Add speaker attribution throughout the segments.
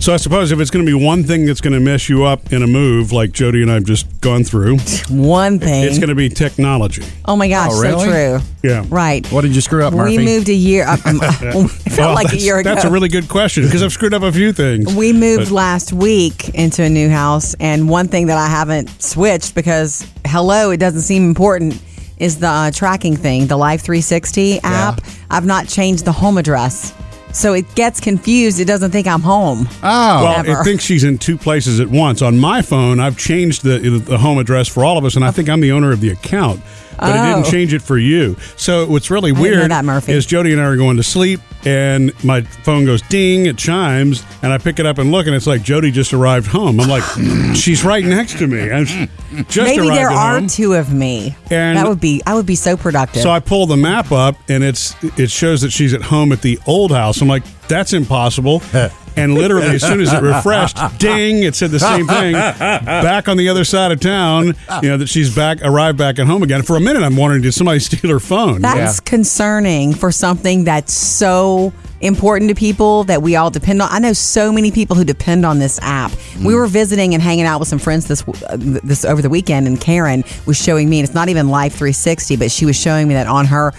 Speaker 1: So I suppose if it's going to be one thing that's going to mess you up in a move, like Jody and I've just gone through,
Speaker 2: One thing.
Speaker 1: it's going to be technology.
Speaker 2: oh my gosh,
Speaker 3: Oh, really?
Speaker 2: so true.
Speaker 1: Yeah.
Speaker 2: Right.
Speaker 3: What did you screw up, Murphy?
Speaker 2: We moved a year. I, I felt
Speaker 1: Well,
Speaker 2: like
Speaker 1: Oh,
Speaker 2: a
Speaker 1: that's-
Speaker 2: year ago.
Speaker 1: That's a really good question because I've screwed up a few things.
Speaker 2: we moved
Speaker 1: But-
Speaker 2: last week into a new house, and one thing that I haven't switched because hello, it doesn't seem important. Is the uh, tracking thing the Live 360 app? I've not changed the home address, so it gets confused. It doesn't think I'm home.
Speaker 3: oh,
Speaker 1: Well,
Speaker 2: Ever.
Speaker 1: it thinks she's in two places at once. On my phone, I've changed the the home address for all of us, and I think I'm the owner of the account, but it didn't
Speaker 2: Oh.
Speaker 1: change it for you. So what's really
Speaker 2: didn't know
Speaker 1: weird
Speaker 2: that, Murphy.
Speaker 1: is Jody and I are going to sleep, and my phone goes ding, it chimes, and I pick it up and look, and it's like Jody just arrived home. I'm like, she's right next to me. I'm just
Speaker 2: Maybe
Speaker 1: arrived
Speaker 2: there
Speaker 1: at
Speaker 2: are
Speaker 1: home.
Speaker 2: two of me.
Speaker 1: And-
Speaker 2: that would be I would be so productive.
Speaker 1: So I pull the map up, and it's it shows that she's at home at the old house. I'm like, that's impossible. And literally, as soon as it refreshed, ding! It said the same thing. Back on the other side of town, you know that she's back, arrived back at home again. For a minute, I'm wondering, did somebody steal her phone?
Speaker 2: That's concerning for something that's so important to people that we all depend on. I know so many people who depend on this app. We were visiting and hanging out with some friends this uh, this over the weekend, and Karen was showing me, and it's not even Live 360, but she was showing me that on her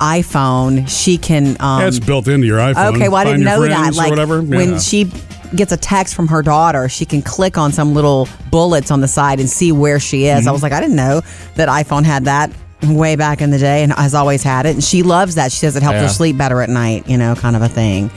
Speaker 2: iPhone she can. Um,
Speaker 1: That's built into your iPhone.
Speaker 2: Okay, well, I
Speaker 1: Find
Speaker 2: didn't
Speaker 1: your
Speaker 2: know that.
Speaker 1: friends or
Speaker 2: Like,
Speaker 1: whatever.
Speaker 2: when
Speaker 1: Yeah.
Speaker 2: she gets a text from her daughter, she can click on some little bullets on the side and see where she is.
Speaker 3: Mm-hmm.
Speaker 2: I was like, I didn't know that iPhone had that way back in the day and has always had it. And she loves that. She says it helps her
Speaker 3: Yeah.
Speaker 2: sleep better at night, you know, kind of a thing.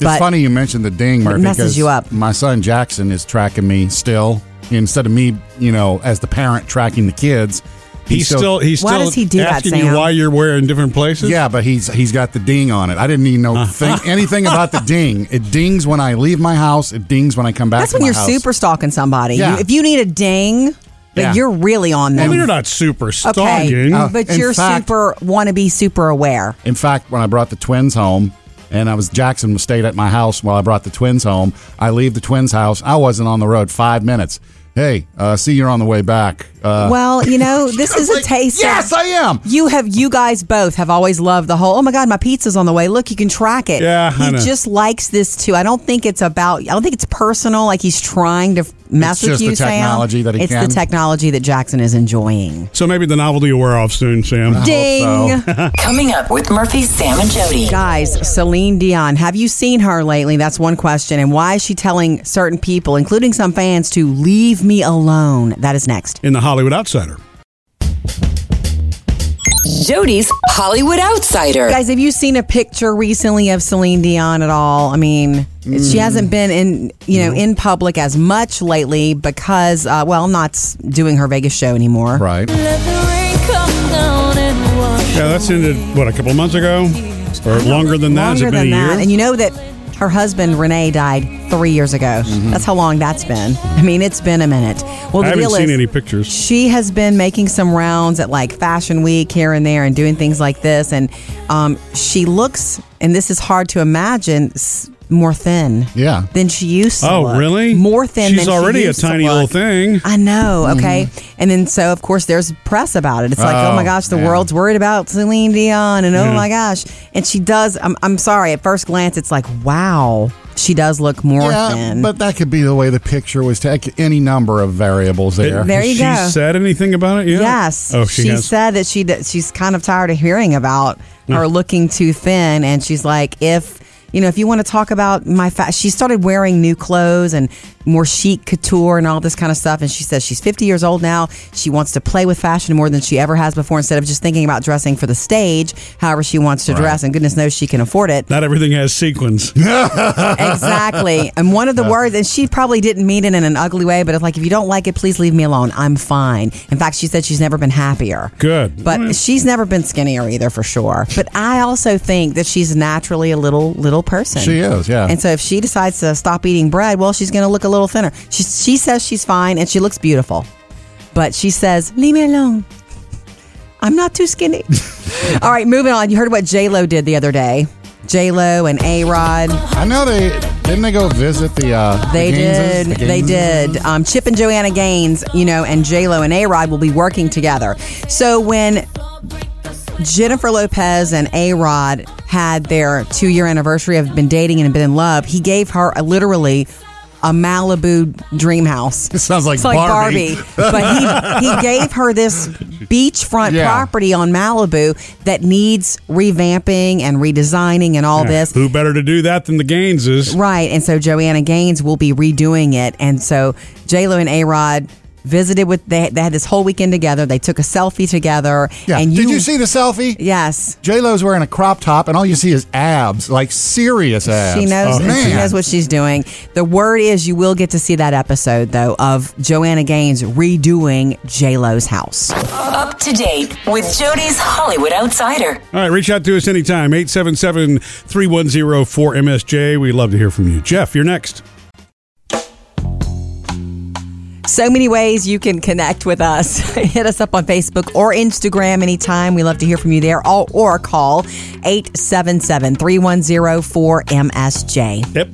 Speaker 3: it's funny you mentioned the ding, Murphy.
Speaker 2: messes
Speaker 3: 'cause
Speaker 2: you up.
Speaker 3: My son Jackson is tracking me still. Instead of me, you know, as the parent tracking the kids, he
Speaker 1: he's still he's
Speaker 2: Why
Speaker 1: still
Speaker 2: does he do that,
Speaker 1: asking you
Speaker 2: Sam?
Speaker 1: why you're wearing different places.
Speaker 3: Yeah, but he's he's got the ding on it. I didn't even know thing, anything about the ding. It dings when I leave my house. It dings when I come back.
Speaker 2: That's
Speaker 3: to
Speaker 2: when
Speaker 3: my
Speaker 2: you're
Speaker 3: house.
Speaker 2: super stalking somebody.
Speaker 3: Yeah.
Speaker 2: You, if you need a ding, but
Speaker 3: Yeah.
Speaker 2: you're really on
Speaker 1: I
Speaker 2: them.
Speaker 1: mean, you're not super
Speaker 2: okay,
Speaker 1: stalking.
Speaker 2: but
Speaker 3: Oh, in
Speaker 2: you're
Speaker 3: fact-
Speaker 2: super want to be super aware.
Speaker 3: In fact, when I brought the twins home, and I was Jackson was stayed at my house while I brought the twins home. I leave the twins' house. I wasn't on the road five minutes. Hey, uh, see you're on the way back. Uh,
Speaker 2: Well, you know, this is a
Speaker 3: like,
Speaker 2: taste. of-
Speaker 3: yes, I am.
Speaker 2: You have, you guys both have always loved the whole. Oh my God, my pizza's on the way. Look, you can track it.
Speaker 1: Yeah,
Speaker 2: he
Speaker 1: I know.
Speaker 2: just likes this too. I don't think it's about. I don't think it's personal. Like he's trying to f- mess with
Speaker 3: just
Speaker 2: you.
Speaker 3: the technology
Speaker 2: Sam.
Speaker 3: that he
Speaker 2: it's
Speaker 3: can.
Speaker 2: the technology that Jackson is enjoying.
Speaker 1: so maybe the novelty will wear off soon, Sam.
Speaker 2: Ding,
Speaker 4: Coming up with Murphy, Sam, and Jody.
Speaker 2: guys. Celine Dion. Have you seen her lately? That's one question. And why is she telling certain people, including some fans, to leave me alone? That is next.
Speaker 1: In the Hollywood Outsider.
Speaker 4: Jody's Hollywood Outsider.
Speaker 2: Guys, have you seen a picture recently of Celine Dion at all? I mean, she
Speaker 1: Mm.
Speaker 2: hasn't been in you know in public as much lately because uh, well, not s- doing her Vegas show anymore.
Speaker 3: right.
Speaker 1: Yeah, that's ended what a couple of months ago, or longer than that. Has
Speaker 2: Longer
Speaker 1: it been
Speaker 2: than
Speaker 1: a year?
Speaker 2: that, and you know that her husband Renee died three years ago. That's how long that's been. I mean, it's been a minute. Well,
Speaker 1: Mm-hmm. I
Speaker 2: the
Speaker 1: haven't
Speaker 2: deal
Speaker 1: seen
Speaker 2: is
Speaker 1: any pictures.
Speaker 2: she has been making some rounds at like Fashion Week here and there and doing things like this. And um, she looks, and this is hard to imagine, s- more thin.
Speaker 3: Yeah.
Speaker 2: Than she used to
Speaker 1: Oh,
Speaker 2: look.
Speaker 1: really?
Speaker 2: More thin
Speaker 1: She's
Speaker 2: than she
Speaker 1: already a
Speaker 2: used to
Speaker 1: tiny little
Speaker 2: look.
Speaker 1: thing.
Speaker 2: I know,
Speaker 3: Mm-hmm.
Speaker 2: okay. And then so of course there's press about it. It's like, oh,
Speaker 3: Oh,
Speaker 2: my gosh, the
Speaker 3: man.
Speaker 2: world's worried about Celine Dion and
Speaker 1: Yeah.
Speaker 2: oh my gosh. And she does I'm I'm sorry, at first glance it's like, wow, she does look more
Speaker 3: Yeah,
Speaker 2: thin.
Speaker 3: but that could be the way the picture was taken. Any number of variables there.
Speaker 2: Uh, There you
Speaker 1: she
Speaker 2: go.
Speaker 1: said anything about it yet?
Speaker 2: Yes.
Speaker 1: Oh, she, has.
Speaker 2: said that she d- she's kind of tired of hearing about her looking too thin, and she's like, if you know, if you want to talk about my fat, she started wearing new clothes and more chic couture and all this kind of stuff. And she says she's 50 years old now. She wants to play with fashion more than she ever has before, instead of just thinking about dressing for the stage, however she wants to dress. And goodness knows she can afford it.
Speaker 1: Not everything has sequins.
Speaker 2: exactly. And one of the words, and she probably didn't mean it in an ugly way, but it's like, if you don't like it, please leave me alone. I'm fine. In fact, she said she's never been happier.
Speaker 1: Good.
Speaker 2: But
Speaker 1: Well,
Speaker 2: she's never been skinnier either, for sure. But I also think that she's naturally a little little person.
Speaker 3: She is, yeah.
Speaker 2: And so if she decides to stop eating bread, well, she's going to look a little thinner. She she says she's fine and she looks beautiful, but she says, "Leave me alone. I'm not too skinny." All right, moving on. You heard what J Lo did the other day. J Lo and A Rod.
Speaker 3: I know they didn't they go visit the. Uh, the
Speaker 2: They
Speaker 3: Gaineses?
Speaker 2: did.
Speaker 3: The
Speaker 2: they
Speaker 3: Gaineses?
Speaker 2: did. Um, Chip and Joanna Gaines, you know, and J Lo and A Rod will be working together. So when Jennifer Lopez and A Rod had their two year anniversary of been dating and been in love. He gave her a, literally a Malibu dream house.
Speaker 3: It sounds like
Speaker 2: It's like
Speaker 3: Barbie.
Speaker 2: Barbie. but he, he gave her this beachfront
Speaker 3: Yeah.
Speaker 2: property on Malibu that needs revamping and redesigning and all this.
Speaker 1: Who better to do that than the Gaineses?
Speaker 2: Right. And so Joanna Gaines will be redoing it. And so J Lo and A Rod visited with they, they had this whole weekend together. They took a selfie together.
Speaker 3: Yeah.
Speaker 2: And
Speaker 3: Did you see the selfie?
Speaker 2: Yes.
Speaker 3: J Lo's wearing a crop top, and all you see is abs, like serious abs.
Speaker 2: She knows.
Speaker 3: Oh,
Speaker 2: and She
Speaker 3: man.
Speaker 2: knows what she's doing. The word is, you will get to see that episode though of Joanna Gaines redoing J Lo's house.
Speaker 4: Up to date with Jody's Hollywood Outsider.
Speaker 1: All right, reach out to us anytime, 877-310-4MSJ. We'd love to hear from you. Jeff, you're next.
Speaker 2: So many ways you can connect with us. Hit us up on Facebook or Instagram anytime. We love to hear from you there. Or, or call 877 310 4MSJ.
Speaker 1: Yep.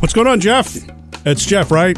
Speaker 1: What's going on, Jeff? It's Jeff, right?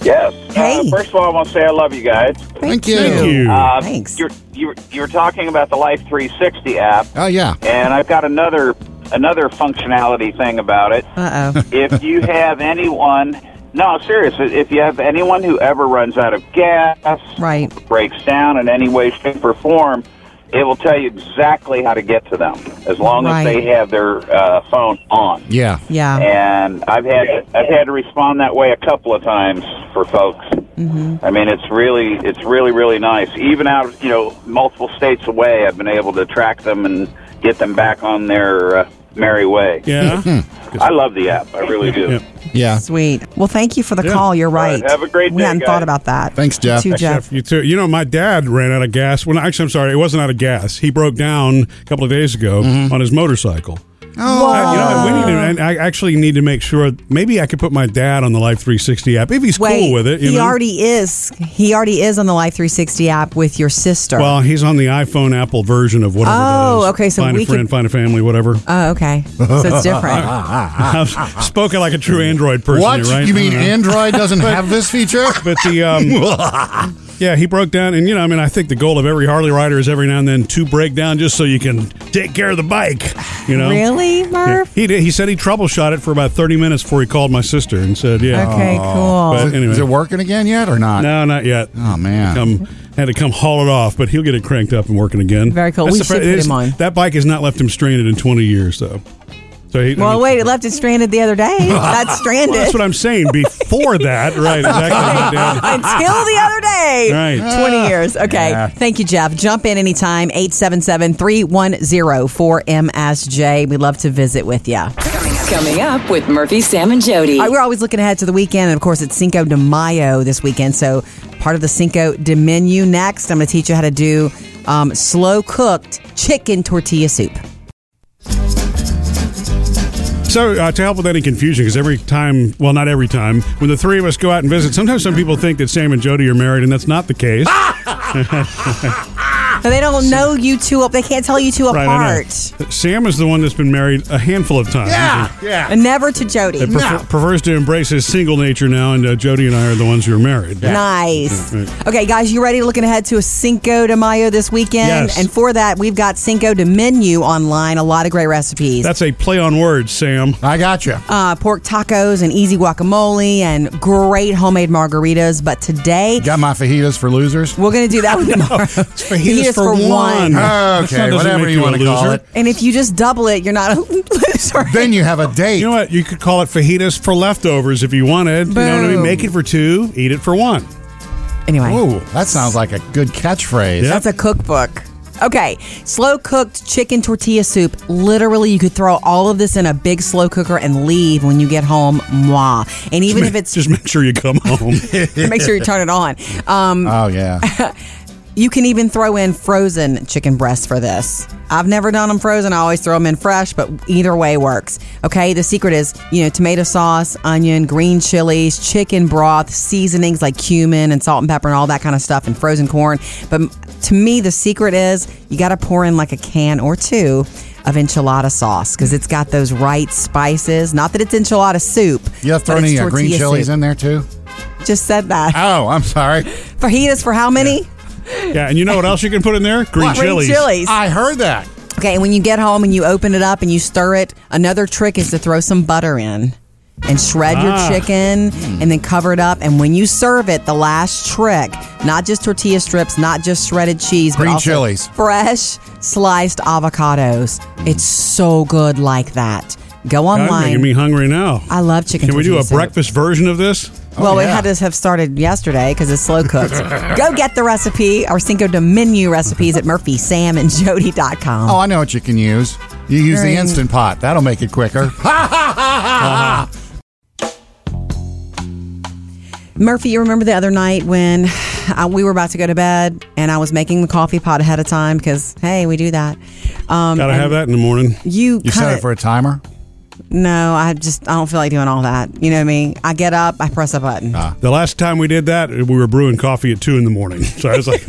Speaker 5: Yes.
Speaker 2: Hey.
Speaker 5: Uh, first of all, I want to say I love you guys.
Speaker 3: Thank you.
Speaker 1: Thank you.
Speaker 5: Uh,
Speaker 2: Thanks.
Speaker 5: You're, you're, you're talking about the Life 360 app,
Speaker 3: Oh, yeah.
Speaker 5: and I've got another another functionality thing about it.
Speaker 2: Uh oh.
Speaker 5: if you have anyone, no, seriously, if you have anyone who ever runs out of gas,
Speaker 2: Right.
Speaker 5: breaks down in any way, shape, or form, it will tell you exactly how to get to them as long
Speaker 2: Right.
Speaker 5: as they have their uh, phone on.
Speaker 3: Yeah.
Speaker 2: Yeah.
Speaker 5: and I've had I've had to respond that way a couple of times for folks.
Speaker 2: Mm-hmm.
Speaker 5: I mean, it's really it's really really nice. Even out you know multiple states away, I've been able to track them and get them back on their uh, merry way.
Speaker 1: Yeah.
Speaker 5: I love the app. I really do.
Speaker 1: Yeah.
Speaker 3: Yeah.
Speaker 2: Sweet. Well, thank you for the
Speaker 1: Yeah.
Speaker 2: call. You're right.
Speaker 5: right. Have a great
Speaker 2: We
Speaker 5: day,
Speaker 2: hadn't
Speaker 5: guys.
Speaker 2: thought about that.
Speaker 3: Thanks, Jeff.
Speaker 2: You too, Jeff.
Speaker 1: Jeff, you too. You know, my dad ran out of gas. Well, actually, I'm sorry. It wasn't out of gas. He broke down a couple of days ago
Speaker 3: Mm-hmm.
Speaker 1: on his motorcycle.
Speaker 3: Oh,
Speaker 1: I, you know, we need to, and I actually need to make sure. Maybe I could put my dad on the Life 360 app if he's
Speaker 2: Wait,
Speaker 1: cool with it. You
Speaker 2: he
Speaker 1: know?
Speaker 2: already is. He already is on the Life 360 app with your sister.
Speaker 1: Well, he's on the iPhone Apple version of whatever.
Speaker 2: Oh,
Speaker 1: that is.
Speaker 2: okay, so
Speaker 1: find
Speaker 2: we
Speaker 1: a friend,
Speaker 2: could-
Speaker 1: find a family, whatever.
Speaker 2: oh, okay. So it's different.
Speaker 1: I've spoken like a true Android person,
Speaker 3: what?
Speaker 1: here, right?
Speaker 3: You mean
Speaker 1: Uh-huh.
Speaker 3: Android doesn't have this feature?
Speaker 1: But the um, yeah, he broke down, and you know, I mean, I think the goal of every Harley rider is every now and then to break down just so you can take care of the bike. You know,
Speaker 2: Really,
Speaker 1: Yeah.
Speaker 2: Murph?
Speaker 1: He did. He said he troubleshot it for about thirty minutes before he called my sister and said, "Yeah,
Speaker 2: Okay, cool.
Speaker 1: But anyway,
Speaker 3: Is it working again yet or not?
Speaker 1: no, not yet."
Speaker 3: Oh, man.
Speaker 1: Come, had to come haul it off, but he'll get it cranked up and working again.
Speaker 2: Very cool.
Speaker 1: the
Speaker 2: We
Speaker 1: fir-
Speaker 2: should
Speaker 1: it
Speaker 2: put
Speaker 1: is-
Speaker 2: him on.
Speaker 1: That bike has not left him stranded in twenty years, though. So he, I
Speaker 2: Well,
Speaker 1: mean,
Speaker 2: wait, it left it stranded the other day. That's stranded.
Speaker 1: That's what I'm saying. Before that, right? Exactly. Dan.
Speaker 2: Until the other day.
Speaker 1: Right. Ah.
Speaker 2: 20 years. Okay.
Speaker 3: Yeah.
Speaker 2: Thank you, Jeff. Jump in anytime. 877 310 4MSJ. we love to visit with you.
Speaker 4: Coming up with Murphy, Sam, and Jody.
Speaker 2: All right, Uh, we're always looking ahead to the weekend, and of course, it's Cinco de Mayo this weekend. So, part of the Cinco de menu next. I'm going to teach you how to do um, slow cooked chicken tortilla soup.
Speaker 1: So, uh, to help with any confusion, because every time, well, not every time, when the three of us go out and visit, sometimes some people think that Sam and Jody are married, and that's not the case.
Speaker 2: So they don't know you two up. They can't tell you two
Speaker 1: Right, I know.
Speaker 2: apart.
Speaker 1: Sam is the one that's been married a handful of times.
Speaker 3: Yeah.
Speaker 1: He
Speaker 3: Yeah.
Speaker 2: And never to Jody.
Speaker 1: prefer- Prefers to embrace his single nature now, and uh, Jody and I are the ones who are married.
Speaker 2: Nice.
Speaker 1: Yeah,
Speaker 2: Okay, guys, you ready? Looking ahead to a Cinco de Mayo this weekend,
Speaker 1: Yes.
Speaker 2: and for that, we've got Cinco de menu online. A lot of great recipes.
Speaker 1: That's a play on words, Sam.
Speaker 3: I got you.
Speaker 2: uh, pork tacos and easy guacamole and great homemade margaritas. But today,
Speaker 3: Got my fajitas for losers.
Speaker 2: we're going to do that one tomorrow. Fajitas
Speaker 1: That's not-
Speaker 3: Ah, Okay,
Speaker 1: doesn't
Speaker 3: whatever
Speaker 1: make
Speaker 3: you
Speaker 1: a
Speaker 3: want to call
Speaker 1: loser.
Speaker 3: it.
Speaker 2: And if you just double it, you're not a loser.
Speaker 3: Then you have a date.
Speaker 1: You know what? You could call it fajitas for leftovers if you wanted. You know what I mean?
Speaker 2: Boom.
Speaker 1: Make it for two, eat it for one.
Speaker 2: anyway.
Speaker 3: Oh, that sounds like a good catchphrase.
Speaker 1: Yeah.
Speaker 2: That's a cookbook. Okay, slow cooked chicken tortilla soup. Literally, you could throw all of this in a big slow cooker and leave when you get home. Moi. And even if it's,
Speaker 1: Just make sure you come home.
Speaker 2: make sure you turn it on. Um,
Speaker 3: Oh yeah,
Speaker 2: you can even throw in frozen chicken breasts for this. I've never done them frozen. I always throw them in fresh, but either way works. Okay, the secret is, you know, tomato sauce, onion, green chilies, chicken broth, seasonings like cumin and salt and pepper and all that kind of stuff and frozen corn. But m- to me, the secret is you got to pour in like a can or two of enchilada sauce because it's got those right spices. Not that it's enchilada soup.
Speaker 3: you have to throw
Speaker 2: but it's
Speaker 3: any uh, green
Speaker 2: tortilla
Speaker 3: chilies
Speaker 2: soup.
Speaker 3: in there too.
Speaker 2: Just said that.
Speaker 3: Oh, I'm sorry.
Speaker 2: Fajitas for how many?
Speaker 1: Yeah, and you know what else you can put in there? Green
Speaker 2: Green
Speaker 1: chilies.
Speaker 2: chilies.
Speaker 3: I heard that.
Speaker 2: Okay, and when you get home and you open it up and you stir it, another trick is to throw some butter in and shred
Speaker 1: Ah.
Speaker 2: your chicken and then cover it up. And when you serve it, the last trick, not just tortilla strips, not just shredded cheese,
Speaker 3: Green
Speaker 2: but also
Speaker 3: chilies.
Speaker 2: fresh sliced avocados. It's so good like that. Go
Speaker 1: God, you're making
Speaker 2: online.
Speaker 1: me hungry now.
Speaker 2: I love chicken.
Speaker 1: Can we do
Speaker 2: tortilla
Speaker 1: a
Speaker 2: soup.
Speaker 1: breakfast Oh, version of this?
Speaker 2: well, we
Speaker 3: yeah.
Speaker 2: had to have started yesterday because it's slow cooked. Go get the recipe, our Cinco de Menu recipes at murphysamandjody.com.
Speaker 3: Oh, I know what you can use. You use the
Speaker 2: Green.
Speaker 3: instant pot. That'll make it quicker.
Speaker 2: Murphy, you remember the other night when I, we were about to go to bed and I was making the coffee pot ahead of time because hey, we do that. Um,
Speaker 1: Gotta have that in the morning.
Speaker 2: you
Speaker 3: You set
Speaker 2: kind
Speaker 3: it for
Speaker 2: of
Speaker 3: a timer.
Speaker 2: no, I just I don't feel like doing all that. You know what I mean? I get up, I press a button.
Speaker 1: The last time we did that, we were brewing coffee at two in the morning. So I was like,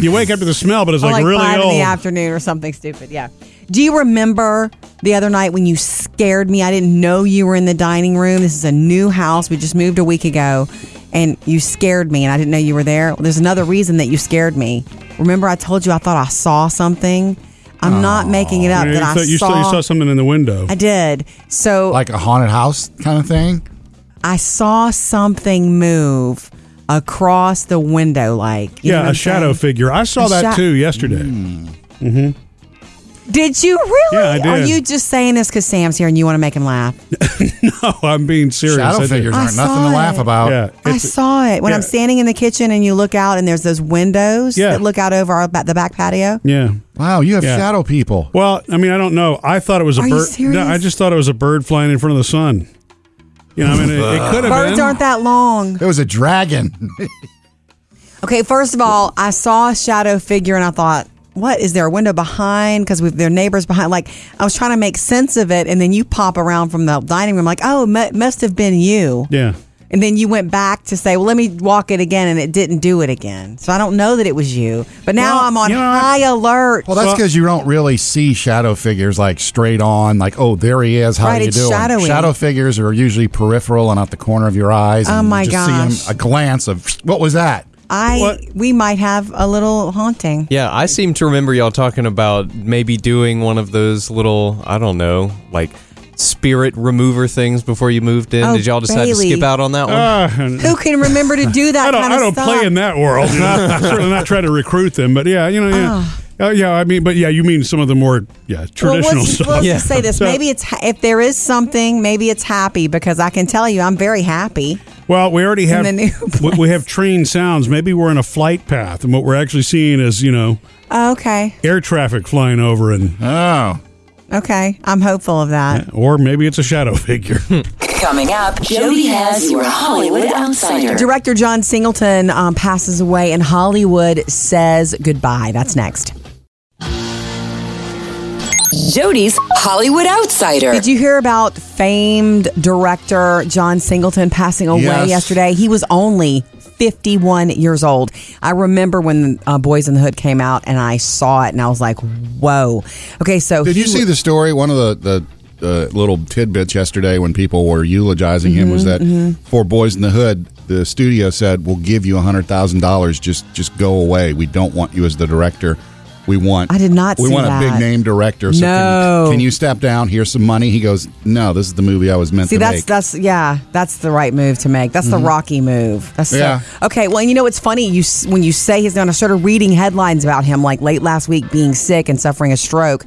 Speaker 1: you wake up to the smell, but it's
Speaker 2: Or
Speaker 1: like, really
Speaker 2: five
Speaker 1: old.
Speaker 2: in the afternoon or something stupid. Yeah. Do you remember the other night when you scared me? I didn't know you were in the dining room. This is a new house. We just moved a week ago, and you scared me, and I didn't know you were there. Well, there's another reason that you scared me. Remember, I told you I thought I saw something. I'm not making it up.
Speaker 1: you,
Speaker 2: that
Speaker 1: thought-
Speaker 2: I
Speaker 1: you
Speaker 2: saw.
Speaker 1: thought you saw something in the window.
Speaker 2: I did. So
Speaker 3: Like a haunted house kind of thing.
Speaker 2: I saw something move across the window, like you know
Speaker 1: yeah,
Speaker 2: what I'm
Speaker 1: a shadow
Speaker 2: saying?
Speaker 1: figure. I saw
Speaker 2: A
Speaker 1: that
Speaker 2: sha- Hmm.
Speaker 1: too yesterday.
Speaker 2: Did you really?
Speaker 1: Yeah, I
Speaker 2: Are
Speaker 1: did.
Speaker 2: you just saying this because Sam's here and you want to make him laugh?
Speaker 1: No, Oh, I'm being serious. I
Speaker 3: Shadow
Speaker 1: did.
Speaker 3: figures
Speaker 2: I
Speaker 3: aren't nothing
Speaker 2: saw
Speaker 3: to laugh
Speaker 2: it.
Speaker 3: about.
Speaker 1: Yeah,
Speaker 2: I
Speaker 1: it's-
Speaker 2: saw it when I'm
Speaker 1: yeah.
Speaker 2: standing in the kitchen and you look out and there's those windows
Speaker 1: Yeah.
Speaker 2: that look out over our, ba- the back patio.
Speaker 1: Yeah.
Speaker 3: Wow, you have
Speaker 1: Yeah.
Speaker 3: shadow people.
Speaker 1: Well, I mean, I don't know. I thought it was a
Speaker 2: Are you
Speaker 1: bird.
Speaker 2: serious?
Speaker 1: No, I just thought it was a bird flying in front of the sun. You know, I mean, it, it could have
Speaker 2: Birds
Speaker 1: been.
Speaker 2: aren't that long.
Speaker 3: It was a dragon.
Speaker 2: Okay, first of all, I saw a shadow figure and I thought, what is there a window behind? Because we've their neighbors behind. Like I was trying to make sense of it, and then you pop around from the dining room, like, oh, it must have been you.
Speaker 1: yeah.
Speaker 2: And then you went back to say, well, let me walk it again, and it didn't do it again. So I don't know that it was you. But now
Speaker 1: Well,
Speaker 2: I'm on
Speaker 1: you know what?
Speaker 2: high alert.
Speaker 3: Well, that's
Speaker 1: So-
Speaker 3: because you don't really see shadow figures like straight on, like, oh, there he is. How
Speaker 2: Right,
Speaker 3: do you
Speaker 2: it's
Speaker 3: do
Speaker 2: shadowy.
Speaker 3: Shadow figures are usually peripheral and out the corner of your eyes.
Speaker 2: Oh,
Speaker 3: and you
Speaker 2: my
Speaker 3: just see 'em-
Speaker 2: gosh.
Speaker 3: a glance of, what was that?
Speaker 2: I
Speaker 1: What?
Speaker 2: we might have a little haunting.
Speaker 6: Yeah, I seem to remember y'all talking about maybe doing one of those little, I don't know, like spirit remover things before you moved in.
Speaker 2: Oh,
Speaker 6: Did y'all decide
Speaker 2: Bailey.
Speaker 6: to skip out on that one?
Speaker 7: Ah.
Speaker 1: Uh,
Speaker 2: Who can remember to do that
Speaker 1: I don't.
Speaker 2: kind
Speaker 1: I
Speaker 2: of
Speaker 1: don't
Speaker 2: stuff?
Speaker 1: play in that world. Not, certainly not try to recruit them. But yeah, you know, yeah, Oh, yeah. I mean, but yeah, you mean some of the more yeah
Speaker 2: Well,
Speaker 1: traditional
Speaker 2: let's,
Speaker 1: stuff.
Speaker 2: let's
Speaker 6: Yeah.
Speaker 2: just say this.
Speaker 1: So-
Speaker 2: maybe it's ha- if there is something, maybe it's happy because I can tell you, I'm very happy.
Speaker 1: Well, we already have
Speaker 2: the new
Speaker 1: we, we have trained sounds. Maybe we're in a flight path, and what we're actually seeing is you know
Speaker 2: Oh, okay,
Speaker 1: air traffic flying over, and
Speaker 3: Oh.
Speaker 2: okay, I'm hopeful of that.
Speaker 1: or maybe it's a shadow figure.
Speaker 4: Coming up, Jody has your Hollywood Outsider.
Speaker 2: Director John Singleton um, passes away, and Hollywood says goodbye. That's next.
Speaker 4: Jody's Hollywood Outsider.
Speaker 2: Did you hear about famed director John Singleton passing away
Speaker 3: Yes.
Speaker 2: yesterday? He was only 51 years old. I remember when uh, Boys in the Hood came out and I saw it and I was like, whoa. Okay, so.
Speaker 3: Did you
Speaker 2: he
Speaker 3: see the story? One of the, the uh, little tidbits yesterday when people were eulogizing him
Speaker 2: Mm-hmm,
Speaker 3: was that for Boys in the Hood, the studio said, "We'll give you hundred thousand dollars. Just just go away. We don't want you as the director. We want
Speaker 2: I did not
Speaker 3: We
Speaker 2: see
Speaker 3: want
Speaker 2: that.
Speaker 3: a big name director. So
Speaker 2: No.
Speaker 3: can, can you step down? Here's some money. He goes, "No, this is the movie I was meant
Speaker 2: See,
Speaker 3: to
Speaker 2: that's
Speaker 3: make." Mm-hmm.
Speaker 2: that's yeah, that's the right move to make. That's the Rocky move. That's
Speaker 3: Yeah.
Speaker 2: The, okay. Well, and you know it's funny you s- when you say his name. I started reading headlines about him like late last week being sick and suffering a stroke.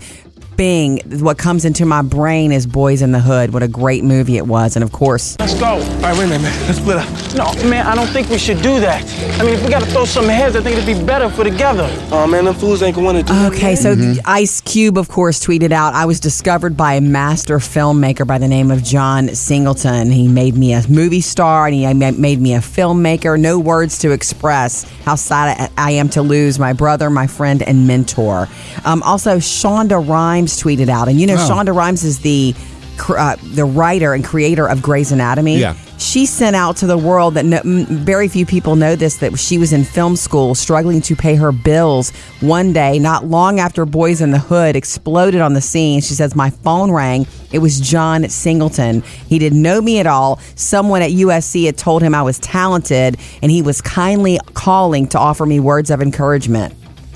Speaker 2: Bing, what comes into my brain is Boys in the Hood. What a great movie it was, and of course,
Speaker 8: Let's go. All right, wait a minute, man. Let's split up. No, man, I don't think we should do that. I mean, if we gotta throw some heads, I think it'd be better for together. Oh, man, them fools ain't gonna wanna do
Speaker 2: Okay, so
Speaker 3: Mm-hmm.
Speaker 2: the Ice Cube, of course, tweeted out, I was discovered by a master filmmaker by the name of John Singleton. He made me a movie star and he ma- made me a filmmaker. No words to express how sad I I am to lose my brother, my friend, and mentor. Um, also, Shonda Rhimes tweeted out, and you know,
Speaker 3: Oh.
Speaker 2: Shonda Rhimes is the. cr- Uh, the writer and creator of Grey's Anatomy.
Speaker 3: Yeah.
Speaker 2: she sent out to the world that no, m- very few people know this that she was in film school struggling to pay her bills one day not long after boys in the hood exploded on the scene she says my phone rang it was john singleton he didn't know me at all someone at usc had told him i was talented and he was kindly calling to offer me words of encouragement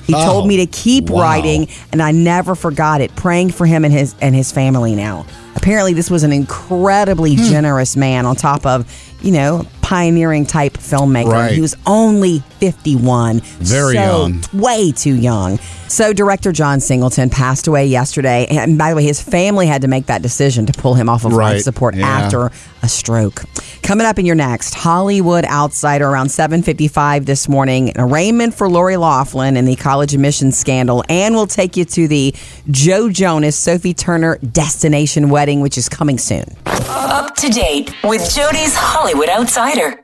Speaker 2: he
Speaker 3: Oh,
Speaker 2: told me to keep
Speaker 3: wow.
Speaker 2: writing and I never forgot it, praying for him and his and his family now. Apparently this was an incredibly
Speaker 3: Hmm.
Speaker 2: generous man on top of, you know, pioneering type filmmaker.
Speaker 3: Right.
Speaker 2: He was only 51.
Speaker 3: Very
Speaker 2: so
Speaker 3: young.
Speaker 2: Way too young. So director John Singleton passed away yesterday. And by the way, his family had to make that decision to pull him off of life
Speaker 3: Right.
Speaker 2: support
Speaker 3: Yeah.
Speaker 2: after a stroke. Coming up in your next Hollywood Outsider around 7:55 this morning, an arraignment for Lori Laughlin in the college admissions scandal, and we'll take you to the Joe Jonas Sophie Turner destination wedding, which is coming soon.
Speaker 4: Up to date with Jody's Hollywood Outsider.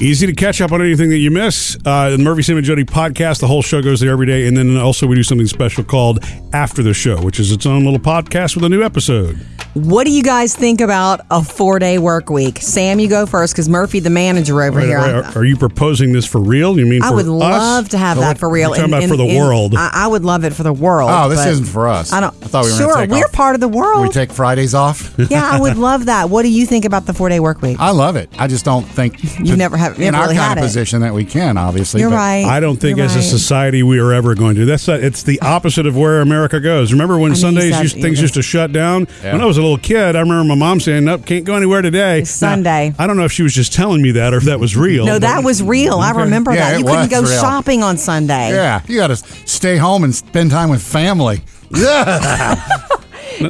Speaker 1: Easy to catch up on anything that you miss. Uh, the Murphy, Sam, and Jody podcast, the whole show goes there every day. And then also, we do something special called After the Show, which is its own little podcast with a new episode.
Speaker 2: What do you guys think about a four-day work week? Sam, you go first because Murphy, the manager over
Speaker 1: Wait,
Speaker 2: here.
Speaker 1: wait, are, are you proposing this for real? You mean
Speaker 2: I
Speaker 1: for
Speaker 2: would
Speaker 1: us?
Speaker 2: love to have
Speaker 1: Or
Speaker 2: that for real.
Speaker 1: You're talking
Speaker 2: in-
Speaker 1: about
Speaker 2: in-
Speaker 1: for the
Speaker 2: in-
Speaker 1: world.
Speaker 2: I, I would love it for the world.
Speaker 3: Oh, this
Speaker 2: but
Speaker 3: isn't for us.
Speaker 2: I don't.
Speaker 3: I thought we were gonna
Speaker 2: sure.
Speaker 3: take
Speaker 2: we're
Speaker 3: off.
Speaker 2: part of the world.
Speaker 3: We take Fridays off.
Speaker 2: yeah, I would love that. What do you think about the four day work week?
Speaker 3: I love it. I just don't think
Speaker 2: You never have-
Speaker 3: in
Speaker 2: never
Speaker 3: our
Speaker 2: really
Speaker 3: kind
Speaker 2: had
Speaker 3: of
Speaker 2: it.
Speaker 3: position that we can. Obviously,
Speaker 2: You're
Speaker 3: but-
Speaker 2: right.
Speaker 1: I don't think
Speaker 2: You're
Speaker 1: as a
Speaker 2: right.
Speaker 1: society we are ever going to. That's not, it's the opposite of where America goes. Remember when
Speaker 2: I knew you
Speaker 1: Sundays
Speaker 2: said
Speaker 1: used,
Speaker 2: you
Speaker 1: things
Speaker 2: did.
Speaker 1: used to shut down? When I was a little kid, I remember my mom saying, "Nope, can't go anywhere today."
Speaker 2: It's Sunday.
Speaker 1: I don't know if she was just telling me that or if that was real.
Speaker 2: No, that
Speaker 1: but-
Speaker 2: was real. I remember
Speaker 3: Yeah,
Speaker 2: that.
Speaker 3: it
Speaker 2: You couldn't go
Speaker 3: was real.
Speaker 2: shopping on Sunday.
Speaker 3: Yeah, you got to stay home and spend time with family.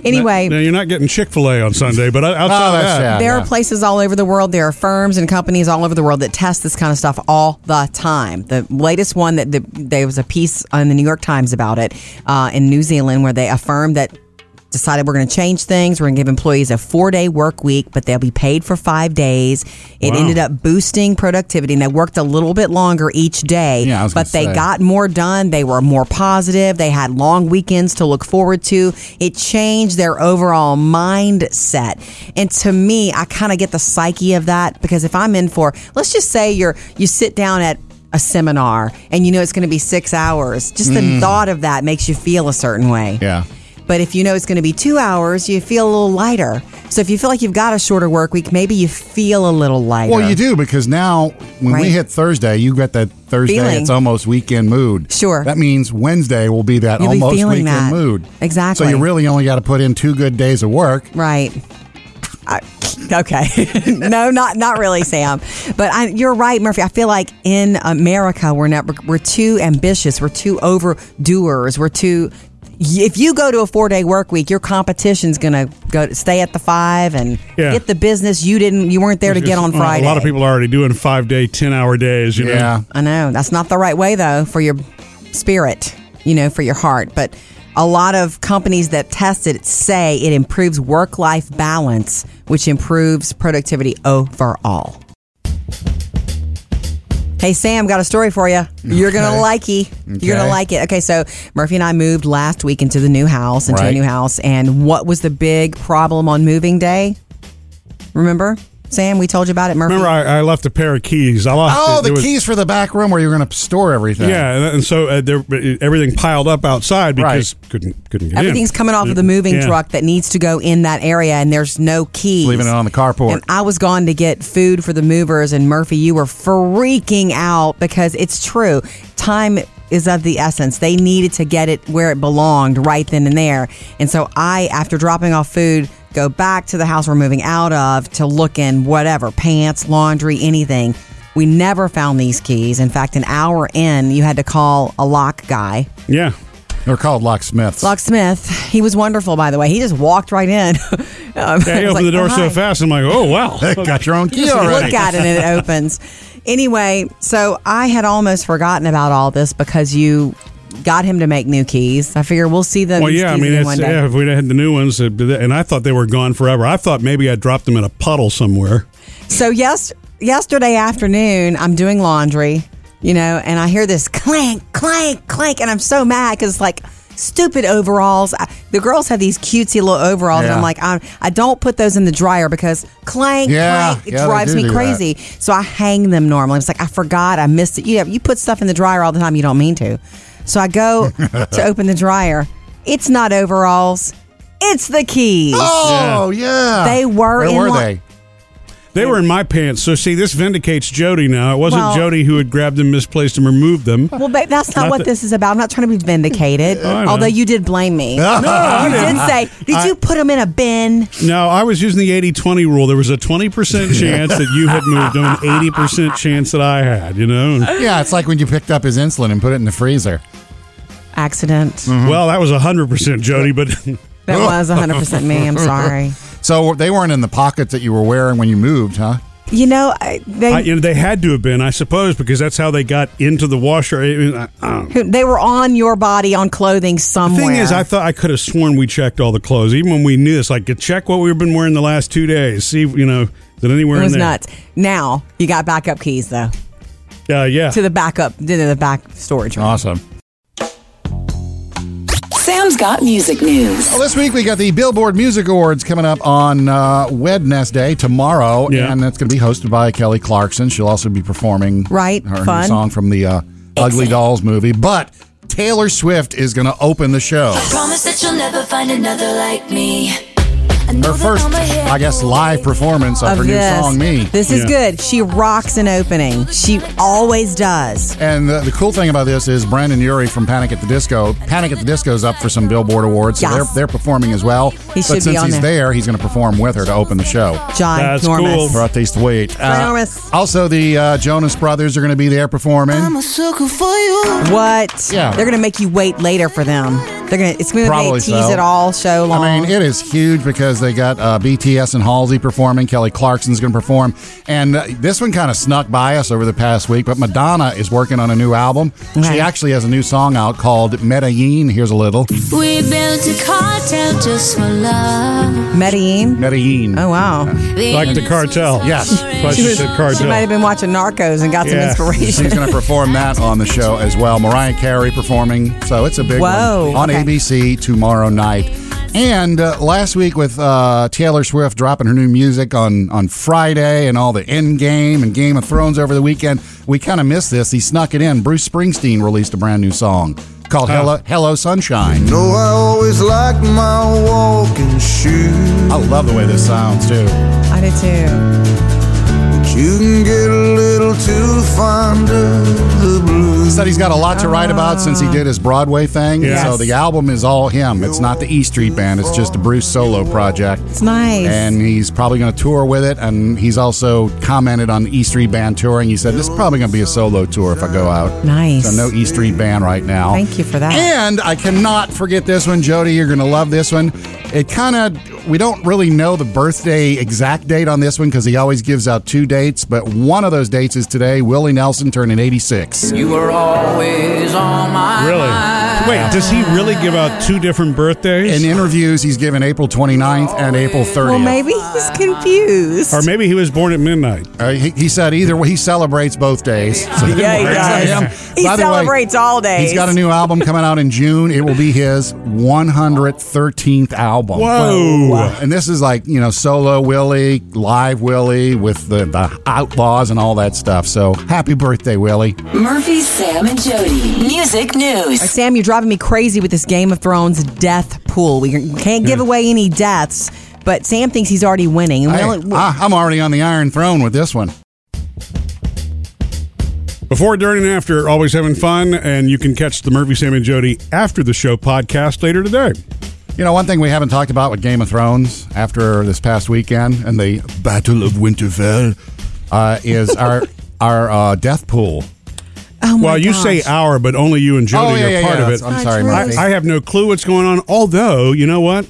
Speaker 2: Anyway,
Speaker 1: Now, you're not getting Chick Fil A on Sunday, but outside
Speaker 3: Oh,
Speaker 1: of
Speaker 3: that's
Speaker 1: that,
Speaker 3: sad.
Speaker 2: there
Speaker 3: yeah.
Speaker 2: are places all over the world. There are firms and companies all over the world that test this kind of stuff all the time. The latest one that the, there was a piece on the New York Times about it uh, in New Zealand where they affirmed that decided we're going to change things. We're going to give employees a four day work week, but they'll be paid for five days. It
Speaker 1: Wow.
Speaker 2: ended up boosting productivity and they worked a little bit longer each day,
Speaker 3: Yeah, I was
Speaker 2: but they
Speaker 3: gonna say.
Speaker 2: got more done. They were more positive. They had long weekends to look forward to. It changed their overall mindset. And to me, I kind of get the psyche of that because if I'm in for, let's just say you're, you sit down at a seminar and you know it's going to be six hours, just the thought of that makes you feel a certain way.
Speaker 3: Mm. Yeah.
Speaker 2: But if you know it's going to be two hours, you feel a little lighter. So if you feel like you've got a shorter work week, maybe you feel a little lighter.
Speaker 3: Well, you do because now when
Speaker 2: Right.
Speaker 3: we hit Thursday, you got that Thursday.
Speaker 2: Feeling.
Speaker 3: It's almost weekend mood.
Speaker 2: Sure.
Speaker 3: That means Wednesday will be that
Speaker 2: You'll be
Speaker 3: almost
Speaker 2: feeling
Speaker 3: weekend
Speaker 2: that.
Speaker 3: mood.
Speaker 2: Exactly.
Speaker 3: So you really only got to put in two good days of work.
Speaker 2: Right. I, okay. no, not not really, Sam. But I, you're right, Murphy. I feel like in America, we're not we're too ambitious. We're too overdoers. We're too. If you go to a four day work week, your competition's gonna go stay at the five and
Speaker 1: Yeah.
Speaker 2: get the business you didn't you weren't there to get on
Speaker 1: Well,
Speaker 2: Friday.
Speaker 1: A lot of people are already doing five day, ten hour days. You know?
Speaker 3: Yeah.
Speaker 2: I know that's not the right way though for your spirit, you know, for your heart. But a lot of companies that test it say it improves work life balance, which improves productivity overall. Hey Sam, got a story for you. You're gonna
Speaker 3: Okay.
Speaker 2: like it. You're gonna
Speaker 3: Okay.
Speaker 2: like it. Okay, so Murphy and I moved last week into the new house, into a
Speaker 3: Right.
Speaker 2: new house, and what was the big problem on moving day? Remember, Sam, we told you about it. Murphy,
Speaker 1: Remember, I, I left a pair of keys. I lost.
Speaker 3: Oh,
Speaker 1: it.
Speaker 3: the
Speaker 1: There was-
Speaker 3: keys for the back room where you're going to store everything.
Speaker 1: Yeah, and, and so uh, there, everything piled up outside because couldn't couldn't get in.
Speaker 2: Everything's coming off of the moving
Speaker 1: Yeah.
Speaker 2: truck that needs to go in that area, and there's no keys.
Speaker 3: Leaving it on the carport.
Speaker 2: And I was gone to get food for the movers, and Murphy, you were freaking out because it's true. Time is of the essence. They needed to get it where it belonged right then and there. And so I, after dropping off food, go back to the house we're moving out of to look in whatever pants, laundry, anything. We never found these keys. In fact, an hour in, you had to call a lock guy
Speaker 1: Yeah.
Speaker 3: They're called locksmiths.
Speaker 2: Locksmith, he was wonderful, by the way. He just walked right in. Um,
Speaker 1: Yeah, he
Speaker 2: I
Speaker 1: opened
Speaker 2: was like,
Speaker 1: the door
Speaker 2: "Oh,
Speaker 1: so
Speaker 2: hi."
Speaker 1: fast. I'm like, oh wow,
Speaker 3: got your own key
Speaker 2: Just
Speaker 3: already.
Speaker 2: look at it and it opens. Anyway, so I had almost forgotten about all this because you got him to make new keys. I figure we'll see them.
Speaker 1: Well, yeah, I mean,
Speaker 2: one
Speaker 1: it's,
Speaker 2: day.
Speaker 1: yeah, if we'd had the new ones, it'd be that- and I thought they were gone forever. I thought maybe I dropped them in a puddle somewhere.
Speaker 2: So yes, yesterday afternoon, I'm doing laundry, you know, and I hear this clank, clank, clank, and I'm so mad because like stupid overalls. I, the girls have these cutesy little overalls. And
Speaker 9: Yeah.
Speaker 2: I'm like, I'm, I don't put those in the dryer because clank,
Speaker 3: Yeah,
Speaker 2: clank, it
Speaker 3: yeah, they
Speaker 2: drives
Speaker 3: do
Speaker 2: me
Speaker 3: do that.
Speaker 2: crazy. So I hang them normally. It's like, I forgot, I missed it. You, have, you put stuff in the dryer all the time you don't mean to. So I go to open the dryer. It's not overalls, it's the keys.
Speaker 3: Oh yeah,
Speaker 2: They were
Speaker 3: Where
Speaker 2: in
Speaker 3: were
Speaker 2: li-
Speaker 3: they?
Speaker 1: They were in my pants. So see, this vindicates Jody now. It wasn't
Speaker 2: Well-
Speaker 1: Jody who had grabbed them, misplaced them, removed them.
Speaker 2: Well, but that's not
Speaker 1: Not
Speaker 2: what
Speaker 1: that-
Speaker 2: this is about. I'm not trying to be vindicated.
Speaker 1: I know.
Speaker 2: Although you did blame me.
Speaker 3: I
Speaker 2: you did say, did you put them in a bin?
Speaker 1: No, I was using the 80-20 rule. There was a 20% chance that you had moved them, an 80% chance that I had, you know? And-
Speaker 3: Yeah, it's like when you picked up his insulin and put it in the freezer.
Speaker 2: Accident.
Speaker 1: Well, that was 100% Jody, but
Speaker 2: That was 100% me. I'm sorry.
Speaker 3: So they weren't in the pockets that you were wearing when you moved, huh?
Speaker 2: You know, I- they
Speaker 1: I, you know, they had to have been, I suppose, because that's how they got into the washer. I mean, I- I don't know.
Speaker 2: they were on your body on clothing
Speaker 1: The
Speaker 2: somewhere.
Speaker 1: thing is, I thought I could have sworn we checked all the clothes, even when we knew this. Like, check what we've been wearing the last two days. See, you know, is it anywhere
Speaker 2: it was
Speaker 1: in there?
Speaker 2: nuts. Now you got backup keys though
Speaker 1: Uh, yeah.
Speaker 2: to the backup to the back storage. room.
Speaker 3: Awesome.
Speaker 4: Sam's got music news.
Speaker 3: Well, this week we got the Billboard Music Awards coming up on uh, Wednesday tomorrow,
Speaker 1: Yeah.
Speaker 3: and that's going to be hosted by Kelly Clarkson. She'll also be performing
Speaker 2: Right,
Speaker 3: her, her
Speaker 2: fun.
Speaker 3: song from the uh, Ugly Dolls movie. But Taylor Swift is going to open the show.
Speaker 10: Promise that you'll never find another like me.
Speaker 3: Her first, I guess, live performance of, her
Speaker 2: Of
Speaker 3: new
Speaker 2: this,
Speaker 3: song "Me."
Speaker 2: this is
Speaker 1: Yeah.
Speaker 2: good. She rocks an opening. She always does.
Speaker 3: And the, the cool thing about this is Brandon Urie from Panic at the Disco. Panic at the Disco is up for some Billboard awards, so
Speaker 2: Yes.
Speaker 3: they're they're performing as well.
Speaker 2: He should
Speaker 3: but
Speaker 2: be
Speaker 3: since
Speaker 2: on
Speaker 3: he's
Speaker 2: there.
Speaker 3: there, he's going to perform with her to open the show.
Speaker 2: John
Speaker 1: That's
Speaker 2: Normus.
Speaker 1: cool.
Speaker 3: Brought these to wait.
Speaker 2: Normus.
Speaker 3: Uh, also, the uh, Jonas Brothers are going to be there performing.
Speaker 2: What?
Speaker 3: Yeah.
Speaker 2: They're gonna make you wait later for them. They're gonna. It's gonna
Speaker 3: Probably
Speaker 2: be a tease
Speaker 3: so.
Speaker 2: it all show long.
Speaker 3: I mean, it is huge because they got uh, BTS and Halsey performing. Kelly Clarkson's going to perform, and uh, this one kind of snuck by us over the past week. But Madonna is working on a new album.
Speaker 2: Right.
Speaker 3: She actually has a new song out called Medellin. Here's a little
Speaker 10: We built a cartel just for love.
Speaker 2: Medellin.
Speaker 3: Medellin.
Speaker 2: Oh wow.
Speaker 1: Like the cartel.
Speaker 3: Yes.
Speaker 1: Probably
Speaker 2: She,
Speaker 1: should
Speaker 2: was,
Speaker 1: have said cartel.
Speaker 2: she might have been watching Narcos and got
Speaker 1: Yeah.
Speaker 2: some inspiration.
Speaker 3: She's going to perform that on the show as well. Mariah Carey performing, so it's a big
Speaker 2: Whoa,
Speaker 3: one on
Speaker 2: okay.
Speaker 3: ABC tomorrow night. And uh, last week with uh, Taylor Swift dropping her new music on on Friday and all the Endgame and Game of Thrones over the weekend, we kind of missed this. He snuck it in. Bruce Springsteen released a brand new song called "Hello Hello Sunshine."
Speaker 7: No, Oh, I always like my walking shoes.
Speaker 3: I love the way this sounds too.
Speaker 2: I did too.
Speaker 7: But you can get a little too fond of the blues.
Speaker 3: Said he's got a lot to write about since he did his Broadway thing.
Speaker 1: Yes.
Speaker 3: So the album is all him. It's not the E Street Band. It's just a Bruce solo project.
Speaker 2: It's nice.
Speaker 3: and he's probably going to tour with it. And he's also commented on the E Street Band touring. He said, This is probably going to be a solo tour if I go out.
Speaker 2: nice.
Speaker 3: So, no E Street Band right now.
Speaker 2: Thank you for that.
Speaker 3: And I cannot forget this one, Jody. You're going to love this one. It kind of, we don't really know the birthday exact date on this one because he always gives out two dates, but one of those dates is today. Willie Nelson turning 86.
Speaker 11: You were always on my
Speaker 1: Really? Wait, does he really give out two different birthdays?
Speaker 3: In interviews, he's given April 29th and April 30th.
Speaker 2: well, maybe he's confused.
Speaker 1: or maybe he was born at midnight.
Speaker 3: Uh, he, he said either way, he celebrates both days. So-
Speaker 2: yeah, he does.
Speaker 3: him.
Speaker 2: He
Speaker 3: By the way,
Speaker 2: celebrates all days.
Speaker 3: He's got a new album coming out in June. It will be his 113th album.
Speaker 1: Whoa. Wow.
Speaker 3: And this is like, you know, solo Willie, live Willie with the, the Outlaws and all that stuff. So happy birthday, Willie.
Speaker 4: Murphy, Sam, and Jody. Music news.
Speaker 2: Sam, you're driving me crazy with this Game of Thrones death pool. We can't give away any deaths, but Sam thinks he's already winning. And we
Speaker 3: Hey,
Speaker 2: only-
Speaker 3: I, I'm already on the Iron Throne with this one.
Speaker 1: Before, during, and after, always having fun, and you can catch the Murphy, Sam, and Jody after the show podcast later today.
Speaker 2: Oh
Speaker 3: You know, one thing we haven't talked about with Game of Thrones after this past weekend and the Battle of Winterfell uh, is our our uh, death pool.
Speaker 2: oh my
Speaker 1: well, you
Speaker 2: gosh.
Speaker 1: say our, but only you and Jody
Speaker 3: oh yeah,
Speaker 1: are
Speaker 3: yeah,
Speaker 1: part
Speaker 3: yeah.
Speaker 1: of it.
Speaker 3: I'm
Speaker 2: Oh,
Speaker 3: sorry,
Speaker 2: true.
Speaker 3: Murphy.
Speaker 1: I have no clue what's going on. Although, you know what?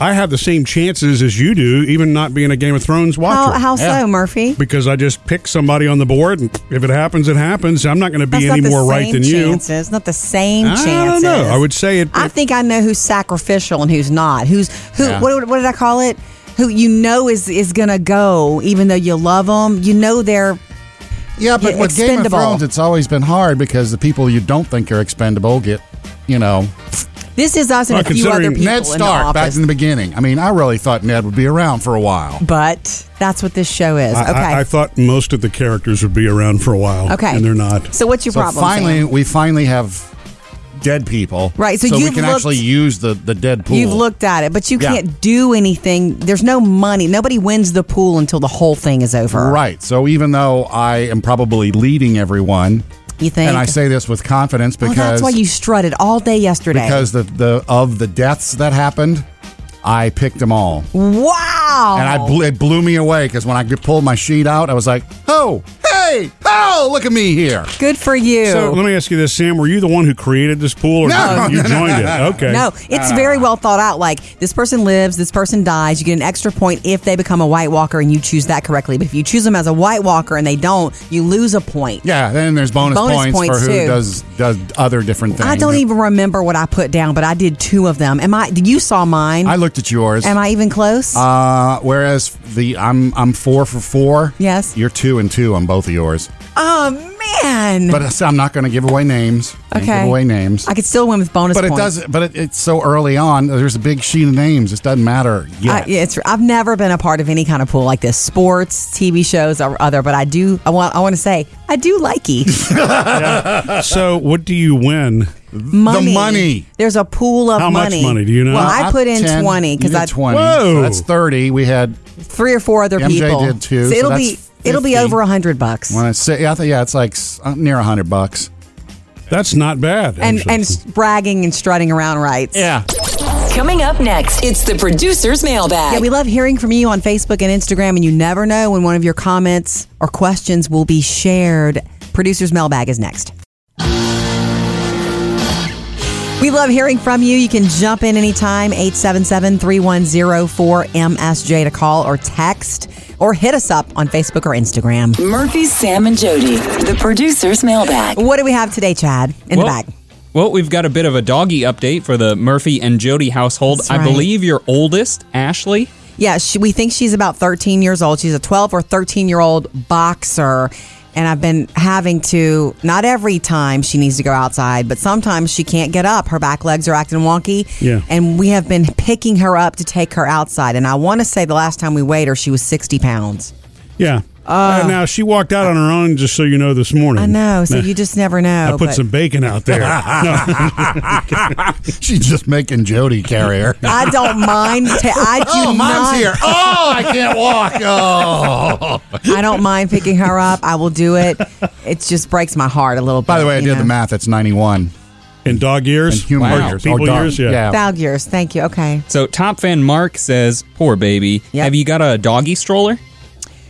Speaker 1: I have the same chances as you do, even not being a Game of Thrones
Speaker 2: how,
Speaker 1: watcher.
Speaker 2: how so,
Speaker 3: Yeah.
Speaker 2: Murphy?
Speaker 1: because I just pick somebody on the board, and if it happens, it happens. I'm not going to be
Speaker 2: That's
Speaker 1: any
Speaker 2: not the
Speaker 1: more right
Speaker 2: same
Speaker 1: than you.
Speaker 2: chances. Not the same
Speaker 1: I don't
Speaker 2: chances.
Speaker 1: know. I would say it-
Speaker 2: I think I know who's sacrificial and who's not. Who's who?
Speaker 3: Yeah.
Speaker 2: What, what did I call it? Who you know is is gonna go, even though you love them. You know they're
Speaker 3: Yeah, but
Speaker 2: Yeah,
Speaker 3: with Game of
Speaker 2: expendable.
Speaker 3: Thrones, it's always been hard because the people you don't think are expendable get, you know,
Speaker 2: This is us and
Speaker 3: Well,
Speaker 2: a few other people
Speaker 3: Ned Stark
Speaker 2: in the
Speaker 3: back
Speaker 2: office.
Speaker 3: in the beginning. I mean, I really thought Ned would be around for a while.
Speaker 2: but that's what this show is.
Speaker 1: I,
Speaker 2: Okay.
Speaker 1: I, I thought most of the characters would be around for a while.
Speaker 2: Okay.
Speaker 1: And they're not.
Speaker 2: so what's your
Speaker 3: so
Speaker 2: problem?
Speaker 3: finally,
Speaker 2: Sam?
Speaker 3: we finally have dead people.
Speaker 2: Right, so
Speaker 3: we
Speaker 2: you've
Speaker 3: can
Speaker 2: looked-
Speaker 3: actually use the the dead pool.
Speaker 2: You've looked at it, but you
Speaker 3: Yeah.
Speaker 2: can't do anything. There's no money. Nobody wins the pool until the whole thing is over.
Speaker 3: Right. So even though I am probably leading everyone,
Speaker 2: You think?
Speaker 3: and I say this with confidence
Speaker 2: Well,
Speaker 3: because
Speaker 2: Oh, that's why you strutted all day yesterday.
Speaker 3: because the the of the deaths that happened, I picked them all,
Speaker 2: wow.
Speaker 3: and I blew, it blew me away because when I pulled my sheet out, I was like, "Oh, hey, oh, look at me here."
Speaker 2: Good for you.
Speaker 1: So let me ask you this, Sam. Were you the one who created this pool or
Speaker 3: No.
Speaker 1: you joined it? Okay.
Speaker 2: No, it's very
Speaker 3: Ah.
Speaker 2: well thought out. Like this person lives, this person dies. You get an extra point if they become a White Walker and you choose that correctly. But if you choose them as a White Walker and they don't, you lose a point.
Speaker 3: Yeah, then there's bonus,
Speaker 2: Bonus points,
Speaker 3: for who
Speaker 2: too.
Speaker 3: does does other different things.
Speaker 2: I don't even remember what I put down, but I did two of them. Am I? You saw mine.
Speaker 3: I looked at yours.
Speaker 2: Am I even close?
Speaker 3: Uh, whereas the I'm I'm four for four.
Speaker 2: Yes.
Speaker 3: You're two and two on both of yours.
Speaker 2: oh man!
Speaker 3: But I said I'm not going to give away names. Can't
Speaker 2: okay.
Speaker 3: Give away names.
Speaker 2: I could still win with bonus.
Speaker 3: but it
Speaker 2: points.
Speaker 3: does. But it, it's so early on. There's a big sheet of names. It doesn't matter
Speaker 2: I,
Speaker 3: yet.
Speaker 2: it's I've never been a part of any kind of pool like this, sports, TV shows, or other. But I do. I want. I want to say I do like E. you.
Speaker 1: So what do you win?
Speaker 2: money.
Speaker 3: money.
Speaker 2: There's a pool of
Speaker 1: How much
Speaker 2: money.
Speaker 1: money? Do you know?
Speaker 2: Well, I, put in
Speaker 3: 10,
Speaker 2: twenty
Speaker 3: you
Speaker 2: because
Speaker 3: did
Speaker 2: I
Speaker 3: 20.
Speaker 1: Whoa.
Speaker 3: So that's thirty. We had
Speaker 2: three or four other
Speaker 3: MJ
Speaker 2: people.
Speaker 3: did too,
Speaker 2: So
Speaker 3: so
Speaker 2: it'll
Speaker 3: that's
Speaker 2: be it'll be
Speaker 3: 50.
Speaker 2: over a hundred bucks.
Speaker 3: when I say yeah, I think- yeah, it's like s- uh, near hundred bucks.
Speaker 1: That's not bad.
Speaker 2: and
Speaker 1: actually.
Speaker 2: and s- bragging and strutting around rights.
Speaker 3: Yeah.
Speaker 4: Coming up next, it's the producer's mailbag.
Speaker 2: Yeah, we love hearing from you on Facebook and Instagram, and you never know when one of your comments or questions will be shared. Producer's mailbag is next. We love hearing from you. You can jump in anytime, 877 310 4MSJ to call or text, or hit us up on Facebook or Instagram.
Speaker 4: Murphy's Sam and Jody, the producer's mailbag.
Speaker 2: What do we have today, Chad, in the back?
Speaker 9: Well, we've got a bit of a doggy update for the Murphy and Jody household.
Speaker 2: That's
Speaker 9: I
Speaker 2: right.
Speaker 9: believe your oldest, Ashley.
Speaker 2: Yeah, she, we think she's about 13 years old. She's a 12 or 13 year old boxer. And I've been having to, not every time she needs to go outside, but sometimes she can't get up. Her back legs are acting wonky.
Speaker 1: Yeah.
Speaker 2: And we have been picking her up to take her outside. And I want to say the last time we weighed her, she was 60 pounds.
Speaker 1: yeah. Uh, now she walked out on her own, just so you know, this morning.
Speaker 2: I know. So you just never know.
Speaker 1: Mm. I put
Speaker 2: but-
Speaker 1: some bacon out there. No.
Speaker 3: She's just making Jody carry her.
Speaker 2: I don't mind. Ta- I do
Speaker 3: Oh, mom's
Speaker 2: not-
Speaker 3: here. Oh, I can't walk. Oh.
Speaker 2: I don't mind picking her up. I will do it. It just breaks my heart a little bit.
Speaker 3: By the way, I
Speaker 2: you
Speaker 3: did
Speaker 2: know?
Speaker 3: the math. It's 91.
Speaker 1: In dog
Speaker 3: And
Speaker 1: years,
Speaker 3: human
Speaker 1: Or
Speaker 9: Wow.
Speaker 3: years.
Speaker 1: people
Speaker 3: Oh, dark.
Speaker 1: years, yeah.
Speaker 2: Dog years. Thank you. Okay.
Speaker 9: So, top fan Mark says, Poor baby.
Speaker 2: Yep.
Speaker 9: Have you got a doggy stroller?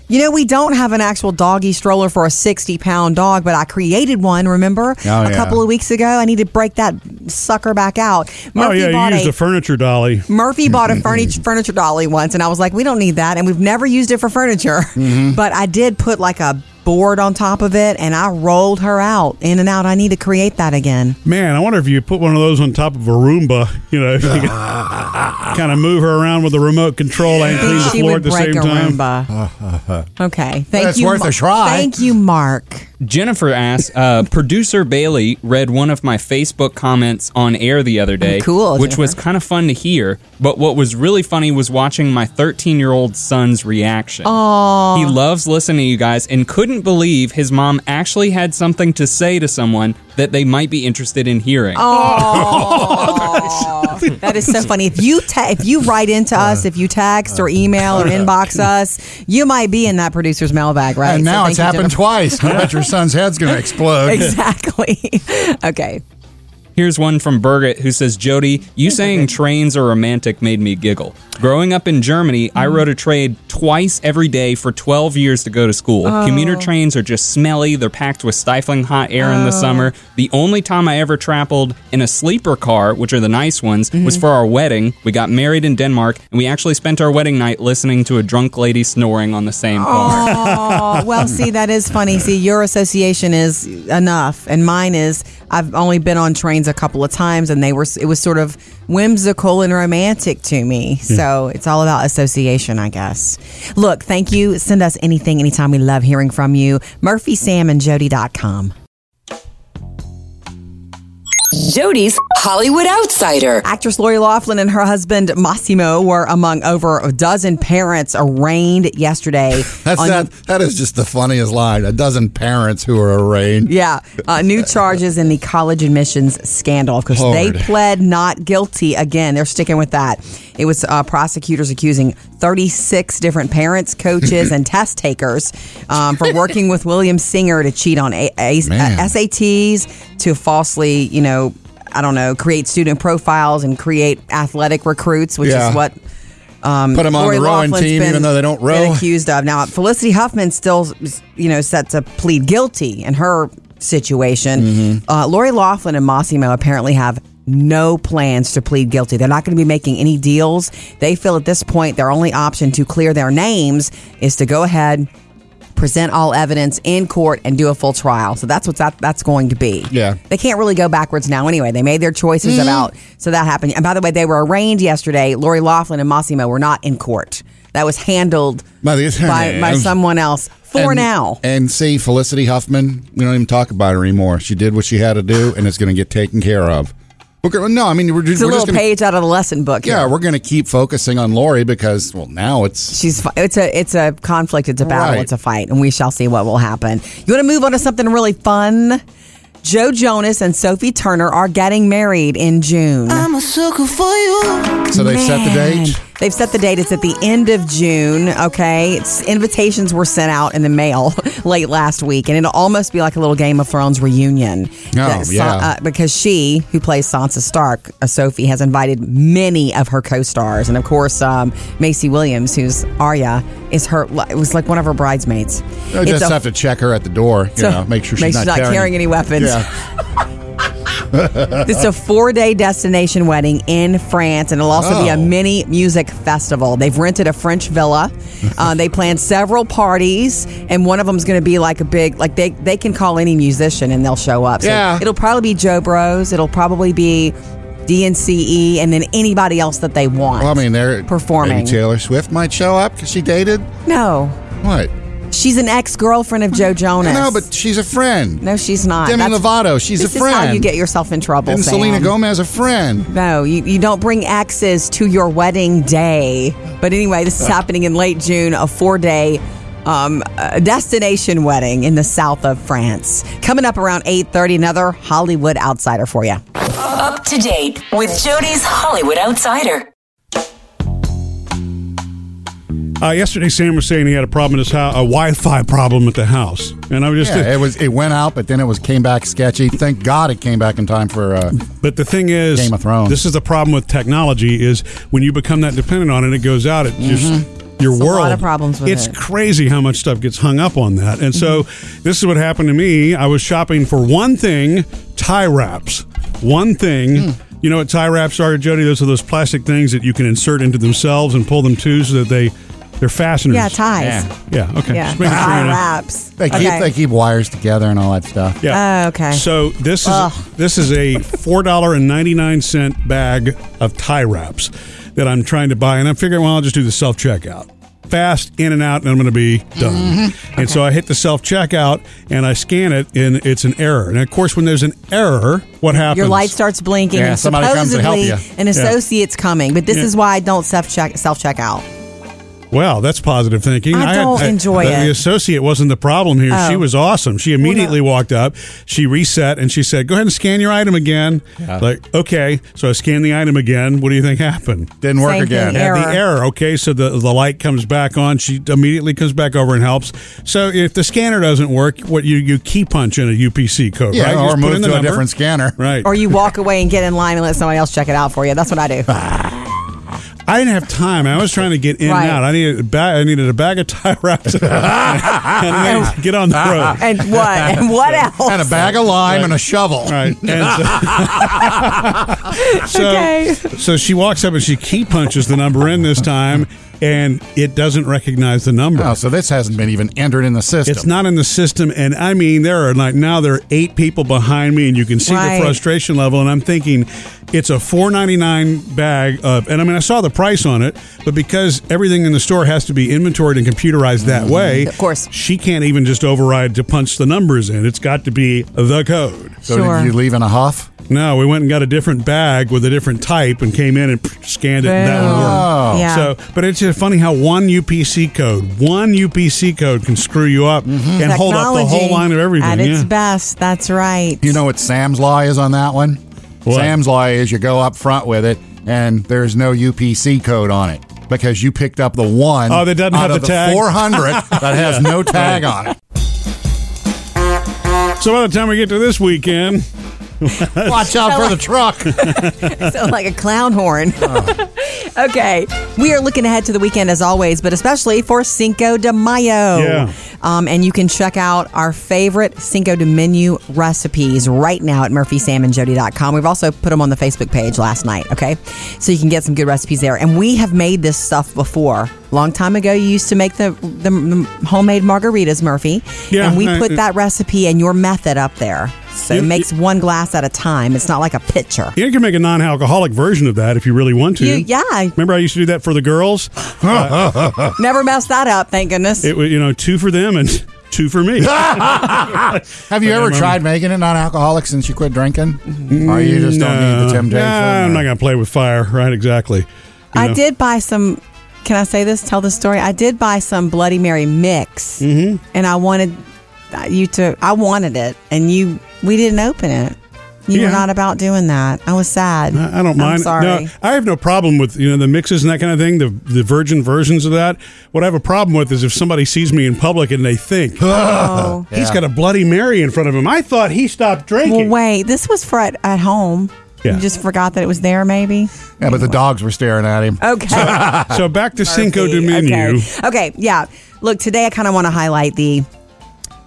Speaker 2: You know, we don't have an actual doggy stroller for a 60 pound dog, but I created one, remember?
Speaker 3: Oh,
Speaker 2: a
Speaker 3: yeah.
Speaker 2: couple of weeks ago. I need to break that sucker back out.
Speaker 1: Oh
Speaker 2: Murphy
Speaker 1: yeah,
Speaker 2: bought
Speaker 1: you used
Speaker 2: a.
Speaker 1: a furniture dolly.
Speaker 2: Murphy bought a furniture furniture dolly once, and I was like, "We don't need that," and we've never used it for furniture.
Speaker 1: Mm-hmm.
Speaker 2: But I did put like a board on top of it, and I rolled her out in and out. I need to create that again.
Speaker 1: Man, I wonder if you put one of those on top of a Roomba, you know, if you kind of move her around with a remote control and clean
Speaker 2: think
Speaker 1: the
Speaker 2: she
Speaker 1: floor
Speaker 2: would
Speaker 1: at the
Speaker 2: break
Speaker 1: same
Speaker 2: a
Speaker 1: time.
Speaker 2: Roomba. okay, thank
Speaker 3: That's
Speaker 2: you.
Speaker 3: worth
Speaker 2: Ma-
Speaker 3: a try.
Speaker 2: Thank you, Mark.
Speaker 9: Jennifer asks, uh, Producer Bailey read one of my Facebook comments on air the other day.
Speaker 2: Oh, cool,
Speaker 9: Which was
Speaker 2: Jennifer.
Speaker 9: kind of fun to hear. But what was really funny was watching my 13 year old son's reaction. Aww. He loves listening to you guys and couldn't believe his mom actually had something to say to someone that they might be interested in hearing.
Speaker 2: That is so funny. If you ta- if you write into
Speaker 3: Uh,
Speaker 2: us, if you text or email or inbox us, you might be in that producer's mailbag, right?
Speaker 3: And
Speaker 2: So
Speaker 3: now
Speaker 2: thank
Speaker 3: it's
Speaker 2: you,
Speaker 3: happened
Speaker 2: Jennifer.
Speaker 3: twice. I bet your son's head's going to explode.
Speaker 2: Exactly. okay.
Speaker 9: Here's one from Birgit who says, Jody, you saying trains are romantic made me giggle. Growing up in Germany, I rode a train twice every day for 12 years to go to school. Commuter trains are just smelly. They're packed with stifling hot air in the summer. The only time I ever traveled in a sleeper car, which are the nice ones, was for our wedding. We got married in Denmark, and we actually spent our wedding night listening to a drunk lady snoring on the same car.
Speaker 2: Oh well, see that is funny. See, your association is enough, and mine is. I've only been on trains a couple of times, and they were. It was sort of whimsical and romantic to me. So it's all about association, I guess. Look, thank you. Send us anything anytime. We love hearing from you. MurphySamandJody.com. Jody's Hollywood Outsider. Actress Lori Laughlin and her husband Massimo were among over a dozen parents arraigned yesterday.
Speaker 3: That's
Speaker 2: on-
Speaker 3: that. That is just the funniest line. A dozen parents who are arraigned.
Speaker 2: Yeah, uh, new charges in the college admissions scandal. Of course, they
Speaker 3: Lord.
Speaker 2: pled not guilty. Again, they're sticking with that. It was uh, prosecutors accusing 36 different parents, coaches, and test takers um, for working with William Singer to cheat on a- a-
Speaker 12: Man.
Speaker 2: SATs, to falsely, you know, I don't know, create student profiles and create athletic recruits, which
Speaker 3: Yeah.
Speaker 2: is what um,
Speaker 3: Put 'em on
Speaker 2: Lori
Speaker 3: the rowing
Speaker 2: Loughlin's
Speaker 3: team, even though they don't
Speaker 2: been
Speaker 3: row.
Speaker 2: accused of. Now, Felicity Huffman still, you know, set to plead guilty in her situation.
Speaker 3: Mm-hmm.
Speaker 2: Uh, Lori Laughlin and Massimo apparently have no plans to plead guilty. They're not going to be making any deals. They feel at this point their only option to clear their names is to go ahead, present all evidence in court, and do a full trial. So that's what that, that's going to be.
Speaker 3: Yeah. Mm-hmm.
Speaker 2: They can't really go backwards now anyway. They made their choices about, so that happened. And by the way, they were arraigned yesterday. Lori Laughlin and Massimo were not in court. That was handled
Speaker 3: By the
Speaker 2: by, by
Speaker 3: attorneys.
Speaker 2: someone else for
Speaker 3: And-
Speaker 2: now.
Speaker 3: And see, Felicity Huffman, we don't even talk about her anymore. She did what she had to do, and it's going to get taken care of. We're, no, I mean, we're,
Speaker 2: It's
Speaker 3: just
Speaker 2: a
Speaker 3: we're
Speaker 2: little
Speaker 3: just gonna,
Speaker 2: page out of the lesson book.
Speaker 3: Yeah,
Speaker 2: here.
Speaker 3: we're going to keep focusing on Lori because, well, now it's.
Speaker 2: She's fi- it's a it's a conflict, it's a battle,
Speaker 3: Right.
Speaker 2: it's a fight, and we shall see what will happen. You want to move on to something really fun? Joe Jonas and Sophie Turner are getting married in June.
Speaker 7: I'm a sucker for you.
Speaker 3: So they've set the
Speaker 2: Man.
Speaker 3: date?
Speaker 2: They've set the date. It's at the end of June. Okay, it's, invitations were sent out in the mail late last week, and it'll almost be like a little Game of Thrones reunion.
Speaker 12: Oh,
Speaker 2: That Sa-
Speaker 12: yeah.
Speaker 2: uh, because she, who plays Sansa Stark, uh, Sophie, has invited many of her co-stars, and of course, um, Macy Williams, who's Arya, is her. It was like one of her bridesmaids.
Speaker 3: I
Speaker 2: It's
Speaker 3: Oh, just
Speaker 2: a-
Speaker 3: have to check her at the door, you
Speaker 2: So-
Speaker 3: know, make sure she's
Speaker 2: make sure
Speaker 3: not,
Speaker 2: she's not carrying any weapons.
Speaker 3: Yeah.
Speaker 2: It's a four day destination wedding in France, and it'll also be a
Speaker 12: Oh.
Speaker 2: mini music festival. They've rented a French villa. Uh, they plan several parties, and one of them's going to be like a big, like they, they can call any musician and they'll show up. So
Speaker 12: Yeah.
Speaker 2: It'll probably be Joe Bros. It'll probably be DNCE, E, and then anybody else that they want.
Speaker 3: Well, I mean, they're
Speaker 2: Performing.
Speaker 3: Maybe Taylor Swift might show up because she dated.
Speaker 2: no.
Speaker 3: What?
Speaker 2: She's an ex girlfriend of Joe Jonas.
Speaker 3: No, but she's a friend.
Speaker 2: No, she's not.
Speaker 3: Demi
Speaker 2: That's-
Speaker 3: Lovato, she's a
Speaker 2: this is how you
Speaker 3: friend.
Speaker 2: get yourself in trouble.
Speaker 3: And
Speaker 2: Sam.
Speaker 3: Selena Gomez, a friend.
Speaker 2: No, you, you don't bring exes to your wedding day. But anyway, this is happening in late June, a four day um, uh, destination wedding in the south of France. Coming up around 8.30, another Hollywood outsider for you.
Speaker 4: Up to date with Jody's Hollywood Outsider.
Speaker 1: Uh, yesterday, Sam was saying he had a problem at his house, a Wi-Fi problem at the house, and I was just.
Speaker 3: Yeah, it was it went out, but then it was came back sketchy. Thank God it came back in time for. Uh,
Speaker 1: but the thing is,
Speaker 3: Game of Thrones.
Speaker 1: This is the problem with technology: is when you become that dependent on it, it goes out. It
Speaker 2: Mhm.
Speaker 1: just your
Speaker 2: It's a
Speaker 1: world.
Speaker 2: lot of problems with
Speaker 1: it's
Speaker 2: it. Mm-hmm.
Speaker 1: crazy how much stuff gets hung up on that. And so this is what happened to me. I was shopping for one thing, tie wraps. One thing.
Speaker 2: Hmm.
Speaker 1: You know what tie wraps are, Jody? Those are those plastic things that you can insert into themselves and pull them to so that they they're fasteners.
Speaker 2: Yeah, ties.
Speaker 1: Yeah. Okay.
Speaker 2: Yeah,
Speaker 1: Just making sure
Speaker 2: eye
Speaker 1: you know.
Speaker 2: wraps.
Speaker 3: they keep
Speaker 2: Okay.
Speaker 3: they keep wires together and all that stuff.
Speaker 1: Yeah.
Speaker 2: Oh, okay.
Speaker 1: So this is
Speaker 2: Ugh.
Speaker 1: this is a four dollar and ninety nine cent bag of tie wraps that I'm trying to buy, and I'm figuring, well, I'll just do the self checkout, fast in and out, and I'm going to be done.
Speaker 2: Mm-hmm.
Speaker 1: And so I hit the self checkout and I scan it, and it's an error. And of course, when there's an error, what happens?
Speaker 2: Your light starts blinking,
Speaker 1: Yeah,
Speaker 2: and
Speaker 1: somebody comes to help
Speaker 2: supposedly
Speaker 1: you.
Speaker 2: an
Speaker 1: Yeah.
Speaker 2: associate's coming. But this
Speaker 1: Yeah.
Speaker 2: is why I don't self check self check out.
Speaker 1: Wow, that's positive thinking.
Speaker 2: I don't enjoy
Speaker 1: the,
Speaker 2: it.
Speaker 1: The associate wasn't the problem here.
Speaker 2: Oh.
Speaker 1: She was awesome. She immediately walked up, she reset, and she said, "Go ahead and scan your item again." Like, okay, so I scanned the item again. What do you think happened?
Speaker 3: Didn't work
Speaker 2: Same thing,
Speaker 3: again.
Speaker 1: Had
Speaker 2: error.
Speaker 1: the error. Okay, so the the light comes back on. She immediately comes back over and helps. So if the scanner doesn't work, what you you key punch in a UPC code,
Speaker 3: Yeah,
Speaker 1: right?
Speaker 3: or
Speaker 1: Just put
Speaker 3: move
Speaker 1: in the
Speaker 3: to a
Speaker 1: number.
Speaker 3: different scanner.
Speaker 1: Right.
Speaker 2: Or you walk away and get in line and let somebody else check it out for you. That's what I do.
Speaker 1: I didn't have time. I was trying to get in
Speaker 2: Right.
Speaker 1: and out. I needed a bag. I needed a bag of tie wraps. and I needed to get on the road.
Speaker 2: and what? And what else?
Speaker 3: And a bag of lime and a shovel.
Speaker 1: Right. And so, so,
Speaker 2: Okay.
Speaker 1: so she walks up and she key punches the number in this time, and it doesn't recognize the number.
Speaker 3: Oh, so this hasn't been even entered in the system.
Speaker 1: It's not in the system, and I mean, there are like now there are eight people behind me, and you can see
Speaker 2: Right.
Speaker 1: the frustration level. And I'm thinking, it's a four ninety nine bag of, and I mean, I saw the price on it, but because everything in the store has to be inventoried and computerized that
Speaker 3: Mm-hmm.
Speaker 1: way,
Speaker 2: Of course.
Speaker 1: she can't even just override to punch the numbers in. It's got to be the code.
Speaker 3: so
Speaker 2: Sure.
Speaker 3: did you leave in a huff?
Speaker 1: No, we went and got a different bag with a different type and came in and scanned it. And that
Speaker 3: Boom.
Speaker 1: would
Speaker 3: Oh.
Speaker 1: work.
Speaker 3: Yeah.
Speaker 1: So, but it's just funny how one UPC code, one UPC code can screw you up and hold up the whole
Speaker 2: Technology
Speaker 1: line of everything.
Speaker 2: At its
Speaker 1: yeah.
Speaker 2: best. That's right.
Speaker 3: You know what Sam's Law is on that one? Sam's Law is you go up front with it and there's no UPC code on it because you picked up the one.
Speaker 1: Oh, that doesn't have
Speaker 3: out of
Speaker 1: the tag?
Speaker 3: 400 that has no tag on it.
Speaker 1: So by the time we get to this weekend,
Speaker 3: watch out for the truck.
Speaker 2: sound like a clown horn.
Speaker 12: Oh.
Speaker 2: okay, we are looking ahead to the weekend as always, but especially for Cinco de Mayo.
Speaker 12: Yeah.
Speaker 2: Um, and you can check out our favorite Cinco de menu recipes right now at murphysamandjody.com. We've also put them on the Facebook page last night, okay? So you can get some good recipes there. And we have made this stuff before. Long time ago, you used to make the, the, the homemade margaritas, Murphy.
Speaker 12: Yeah,
Speaker 2: and we
Speaker 12: I-
Speaker 2: put that recipe and your method up there. So it
Speaker 1: You-
Speaker 2: makes one glass at a time. It's not like a pitcher.
Speaker 1: you can make a non-alcoholic version of that if you really want to.
Speaker 2: You- yeah.
Speaker 1: Remember, I used to do that for the girls. Uh,
Speaker 2: Never messed that up, thank goodness.
Speaker 1: it was you know two for them and two for me.
Speaker 3: Have you ever
Speaker 1: um,
Speaker 3: tried making it non-alcoholic since you quit drinking? Or you just don't need the
Speaker 1: No.
Speaker 3: temptation?
Speaker 1: Uh, Nah, I'm not going to play with fire. Right? Exactly. You
Speaker 2: I
Speaker 1: know?
Speaker 2: did buy some. Can I say this? Tell the story. I did buy some Bloody Mary mix,
Speaker 1: Mm-hmm.
Speaker 2: and I wanted uh, you to. I wanted it, and you. We didn't open it. You
Speaker 1: Yeah.
Speaker 2: were not about doing that. I was sad.
Speaker 1: I I don't mind.
Speaker 2: I'm sorry.
Speaker 1: No, I have no problem with you know the mixes and that kind of thing, the the virgin versions of that. What I have a problem with is if somebody sees me in public and they think
Speaker 2: Oh.
Speaker 1: he's
Speaker 2: Yeah.
Speaker 1: got a Bloody Mary in front of him. I thought he stopped drinking.
Speaker 2: Well, wait. This was for at, at home.
Speaker 1: Yeah.
Speaker 2: You just forgot that it was there, maybe.
Speaker 3: Yeah, but the dogs were staring at him.
Speaker 2: Okay.
Speaker 1: So, so back to Cinco de Ah, Menu.
Speaker 2: Okay. okay, yeah. Look, today I kind of want to highlight the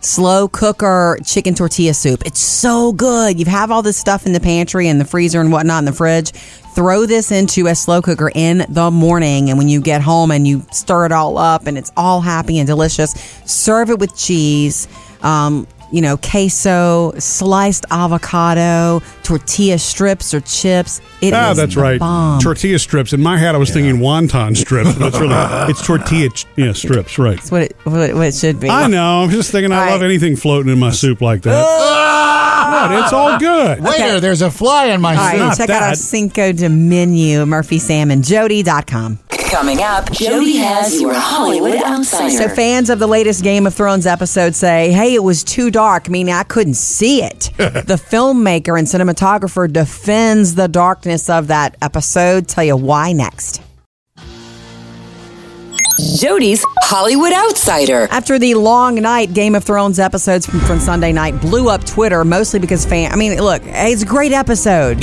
Speaker 2: slow cooker chicken tortilla soup. It's so good. You have all this stuff in the pantry and the freezer and whatnot in the fridge. Throw this into a slow cooker in the morning, and when you get home and you stir it all up, and it's all happy and delicious. Serve it with cheese. Um, you know, queso, sliced avocado, tortilla strips or chips. It is
Speaker 1: ah, that's
Speaker 2: the
Speaker 1: right.
Speaker 2: bomb.
Speaker 1: Tortilla strips. In my head, I was thinking wonton strips. But it's really it's tortilla ch- yeah, strips. Right.
Speaker 2: That's what it, what it, what it should be.
Speaker 1: I know. I'm just thinking. I love anything floating in my soup like that. What? It's all good.
Speaker 3: Waiter, there's a fly in my
Speaker 2: All right,
Speaker 1: Not
Speaker 2: check out our
Speaker 1: that.
Speaker 2: Cinco de menu, murphysamandjody.com.
Speaker 4: Coming up, Jody has your Hollywood
Speaker 2: So
Speaker 4: Outsider.
Speaker 2: fans of the latest Game of Thrones episode say, hey, it was too dark, meaning I couldn't see it. the filmmaker and cinematographer defends the darkness of that episode. Tell you why next.
Speaker 4: Jody's Hollywood Outsider.
Speaker 2: After the long night, Game of Thrones episodes from, from Sunday night blew up Twitter mostly because fan. I mean, look, it's a great episode,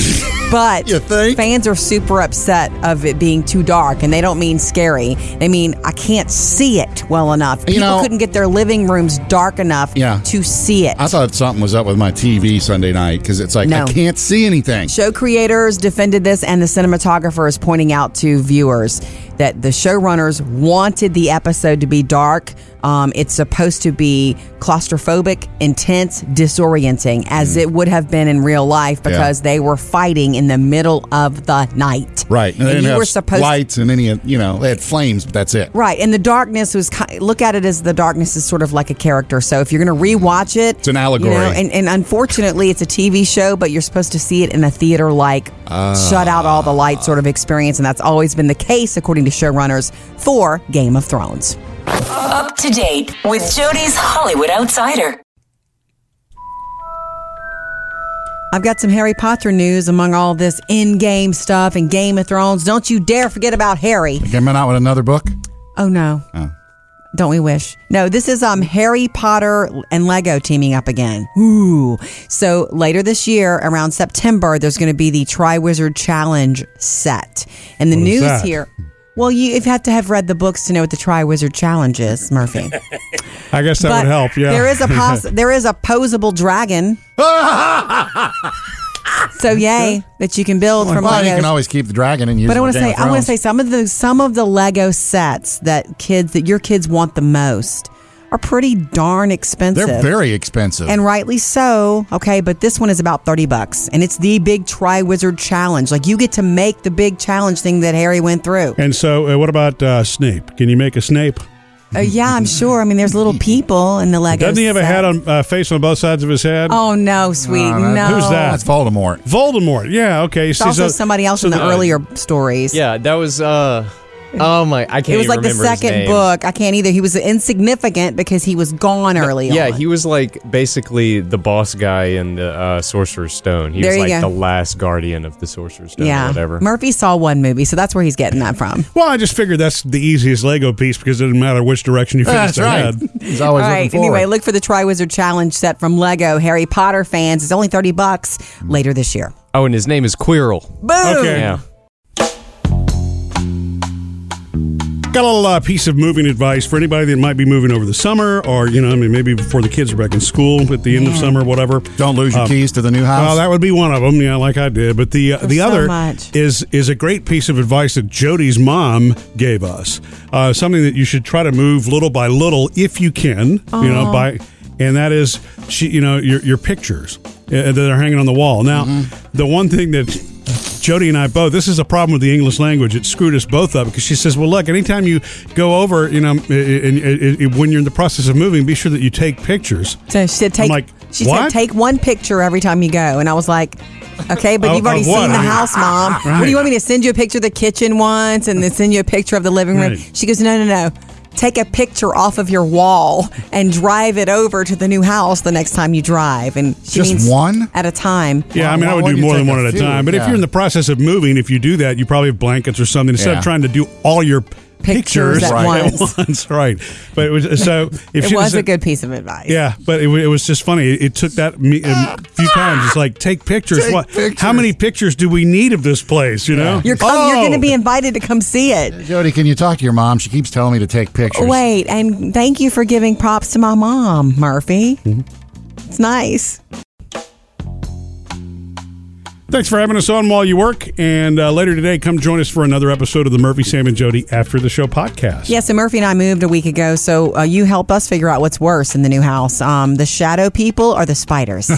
Speaker 2: but fans are super upset of it being too dark, and they don't mean scary. They mean I can't see it well enough. People
Speaker 3: know-
Speaker 2: couldn't get their living rooms dark enough
Speaker 3: Yeah.
Speaker 2: to see it.
Speaker 3: I thought something was up with my TV Sunday night because it's like,
Speaker 2: No.
Speaker 3: I can't see anything.
Speaker 2: Show creators defended this, and the cinematographer is pointing out to viewers that the showrunners wanted the episode to be dark. Um, it's supposed to be claustrophobic, intense, disorienting, as
Speaker 3: Mm.
Speaker 2: it would have been in real life because they were fighting in the middle of the night.
Speaker 3: Right. And they
Speaker 2: And
Speaker 3: didn't
Speaker 2: you
Speaker 3: have
Speaker 2: were supposed
Speaker 3: lights and any, you know, they had flames, but that's it.
Speaker 2: Right, and the darkness was ki- look at it as the darkness is sort of like a character. So if you're going to rewatch it, it's
Speaker 3: an allegory.
Speaker 2: You know, and, and unfortunately, it's a TV show, but you're supposed to see it in a theater like
Speaker 3: Ah.
Speaker 2: shut out all the lights sort of experience, and that's always been the case according to showrunners for Game of Thrones.
Speaker 4: Up to date with Jody's Hollywood Outsider.
Speaker 2: I've got some Harry Potter news among all this in-game stuff and Game of Thrones. Don't you dare forget about Harry.
Speaker 3: Am I out with another book?
Speaker 2: Oh no.
Speaker 3: Oh.
Speaker 2: Don't we wish? No, this is um Harry Potter and Lego teaming up again. Ooh. So later this year, around September, there's going to be the Triwizard Challenge set. And the
Speaker 12: What is
Speaker 2: news
Speaker 12: that?
Speaker 2: here well, you have had to have read the books to know what the Triwizard Challenge is, Murphy.
Speaker 1: I guess that
Speaker 2: But
Speaker 1: would help. Yeah.
Speaker 2: There is a pos- there is a posable dragon. so yay that you can build from
Speaker 3: well, you
Speaker 2: Legos.
Speaker 3: can always keep the dragon and use
Speaker 2: But I
Speaker 3: it for
Speaker 2: want to
Speaker 3: Game
Speaker 2: say,
Speaker 3: of
Speaker 2: I want to
Speaker 3: Thrones.
Speaker 2: say some of the some of the Lego sets that kids that your kids want the most are pretty darn expensive.
Speaker 3: They're very expensive. Uh,
Speaker 2: and rightly so. Okay, but this one is about thirty bucks, and it's the big Triwizard Challenge. Like you get to make the big challenge thing that Harry went through.
Speaker 1: And so, uh, what about uh, Snape? Can you make a Snape?
Speaker 2: Uh, yeah, I'm sure. I mean, there's little people in the Lego.
Speaker 1: Doesn't he have a
Speaker 2: set.
Speaker 1: hat on uh, face on both sides of his head?
Speaker 2: Oh no, sweet. No,
Speaker 1: Who's that?
Speaker 3: Voldemort.
Speaker 1: Voldemort. Yeah. Okay.
Speaker 2: It's also somebody else in the earlier stories.
Speaker 6: Yeah, that was. uh Oh my! I can't.
Speaker 2: It was
Speaker 6: even
Speaker 2: like the
Speaker 6: remember his
Speaker 2: second
Speaker 6: name.
Speaker 2: book. I can't either. He was insignificant because he was gone early.
Speaker 6: Yeah,
Speaker 2: on.
Speaker 6: he was like basically the boss guy in the uh, Sorcerer's Stone. He
Speaker 2: There
Speaker 6: was
Speaker 2: you
Speaker 6: like
Speaker 2: go.
Speaker 6: the last guardian of the Sorcerer's Stone.
Speaker 2: yeah.
Speaker 6: or whatever.
Speaker 2: Murphy saw one movie, so that's where he's getting that from.
Speaker 1: Well, I just figured that's the easiest Lego piece because it doesn't matter which direction you finish
Speaker 2: That's
Speaker 1: their
Speaker 2: right.
Speaker 1: head.
Speaker 3: He's
Speaker 2: All right. Anyway, look for the Triwizard Challenge set from Lego. Harry Potter fans, it's only thirty bucks later this year.
Speaker 6: Oh, and his name is Quirrell.
Speaker 2: Boom! Okay.
Speaker 6: Yeah.
Speaker 1: Got a little uh, piece of moving advice for anybody that might be moving over the summer, or you know, I mean, maybe before the kids are back in school at the end of
Speaker 3: Yeah.
Speaker 1: summer, whatever.
Speaker 3: Don't lose your keys to the new house.
Speaker 1: Um, Well, that would be one of them. Yeah, like I did. But the uh, the
Speaker 3: so
Speaker 1: other
Speaker 3: much.
Speaker 1: is is a great piece of advice that Jody's mom gave us. Uh, something that you should try to move little by little if you can. You know,
Speaker 3: Aw.
Speaker 1: by and that is she. You know, your your pictures uh, that are hanging on the wall. Now,
Speaker 3: Mm-hmm.
Speaker 1: the one thing that Jody and I both. This is a problem with the English language. It screwed us both up because she says, "Well, look, anytime you go over, you know, and, and, and- and when you're in the process of moving, be sure that you take pictures."
Speaker 2: So she said,
Speaker 1: I'm
Speaker 2: "Take."
Speaker 1: like,
Speaker 2: she
Speaker 1: "What?"
Speaker 2: said, "Take one picture every time you go," and I was like. Okay, but
Speaker 1: Of-
Speaker 2: you've already
Speaker 1: of what?
Speaker 2: seen the
Speaker 1: I mean-
Speaker 2: house, Mom. What do you want me to send you a picture of the kitchen once, and then send you a picture of the living room?
Speaker 1: Right.
Speaker 2: She goes, "No, no, no. Take a picture off of your wall and drive it over to the new house the next time you drive." And she
Speaker 1: Just
Speaker 2: means
Speaker 1: one?
Speaker 2: at a time.
Speaker 1: Yeah, I mean, I
Speaker 3: why
Speaker 1: would do
Speaker 3: wouldn't you
Speaker 1: more than
Speaker 3: take
Speaker 1: one
Speaker 3: a
Speaker 1: at a
Speaker 3: few?
Speaker 1: time. But if
Speaker 3: Yeah.
Speaker 1: you're in the process of moving, if you do that, you probably have blankets or something instead
Speaker 3: Yeah.
Speaker 1: of trying to do all your pictures,
Speaker 2: Pictures at once.
Speaker 1: Right. But it was so. If
Speaker 2: it
Speaker 1: she
Speaker 2: was
Speaker 1: said-
Speaker 2: a good piece of advice.
Speaker 1: Yeah, but it, wa- it was just funny. It, it took that me, a few times. It's like take pictures.
Speaker 2: Take
Speaker 1: what? How
Speaker 2: pictures.
Speaker 1: many pictures do we need of this place? You know,
Speaker 2: You're come, you're
Speaker 1: Oh.
Speaker 2: going to be invited to come see it.
Speaker 3: Jody, can you talk to your mom? She keeps telling me to take pictures.
Speaker 2: Wait, and thank you for giving props to my mom, Murphy. It's nice.
Speaker 1: Thanks for having us on while you work. And uh, later today, come join us for another episode of the Murphy, Sam, and Jody After the Show podcast.
Speaker 2: Yeah, so Murphy and I moved a week ago, so uh, you help us figure out what's worse in the new house um, the shadow people or the spiders.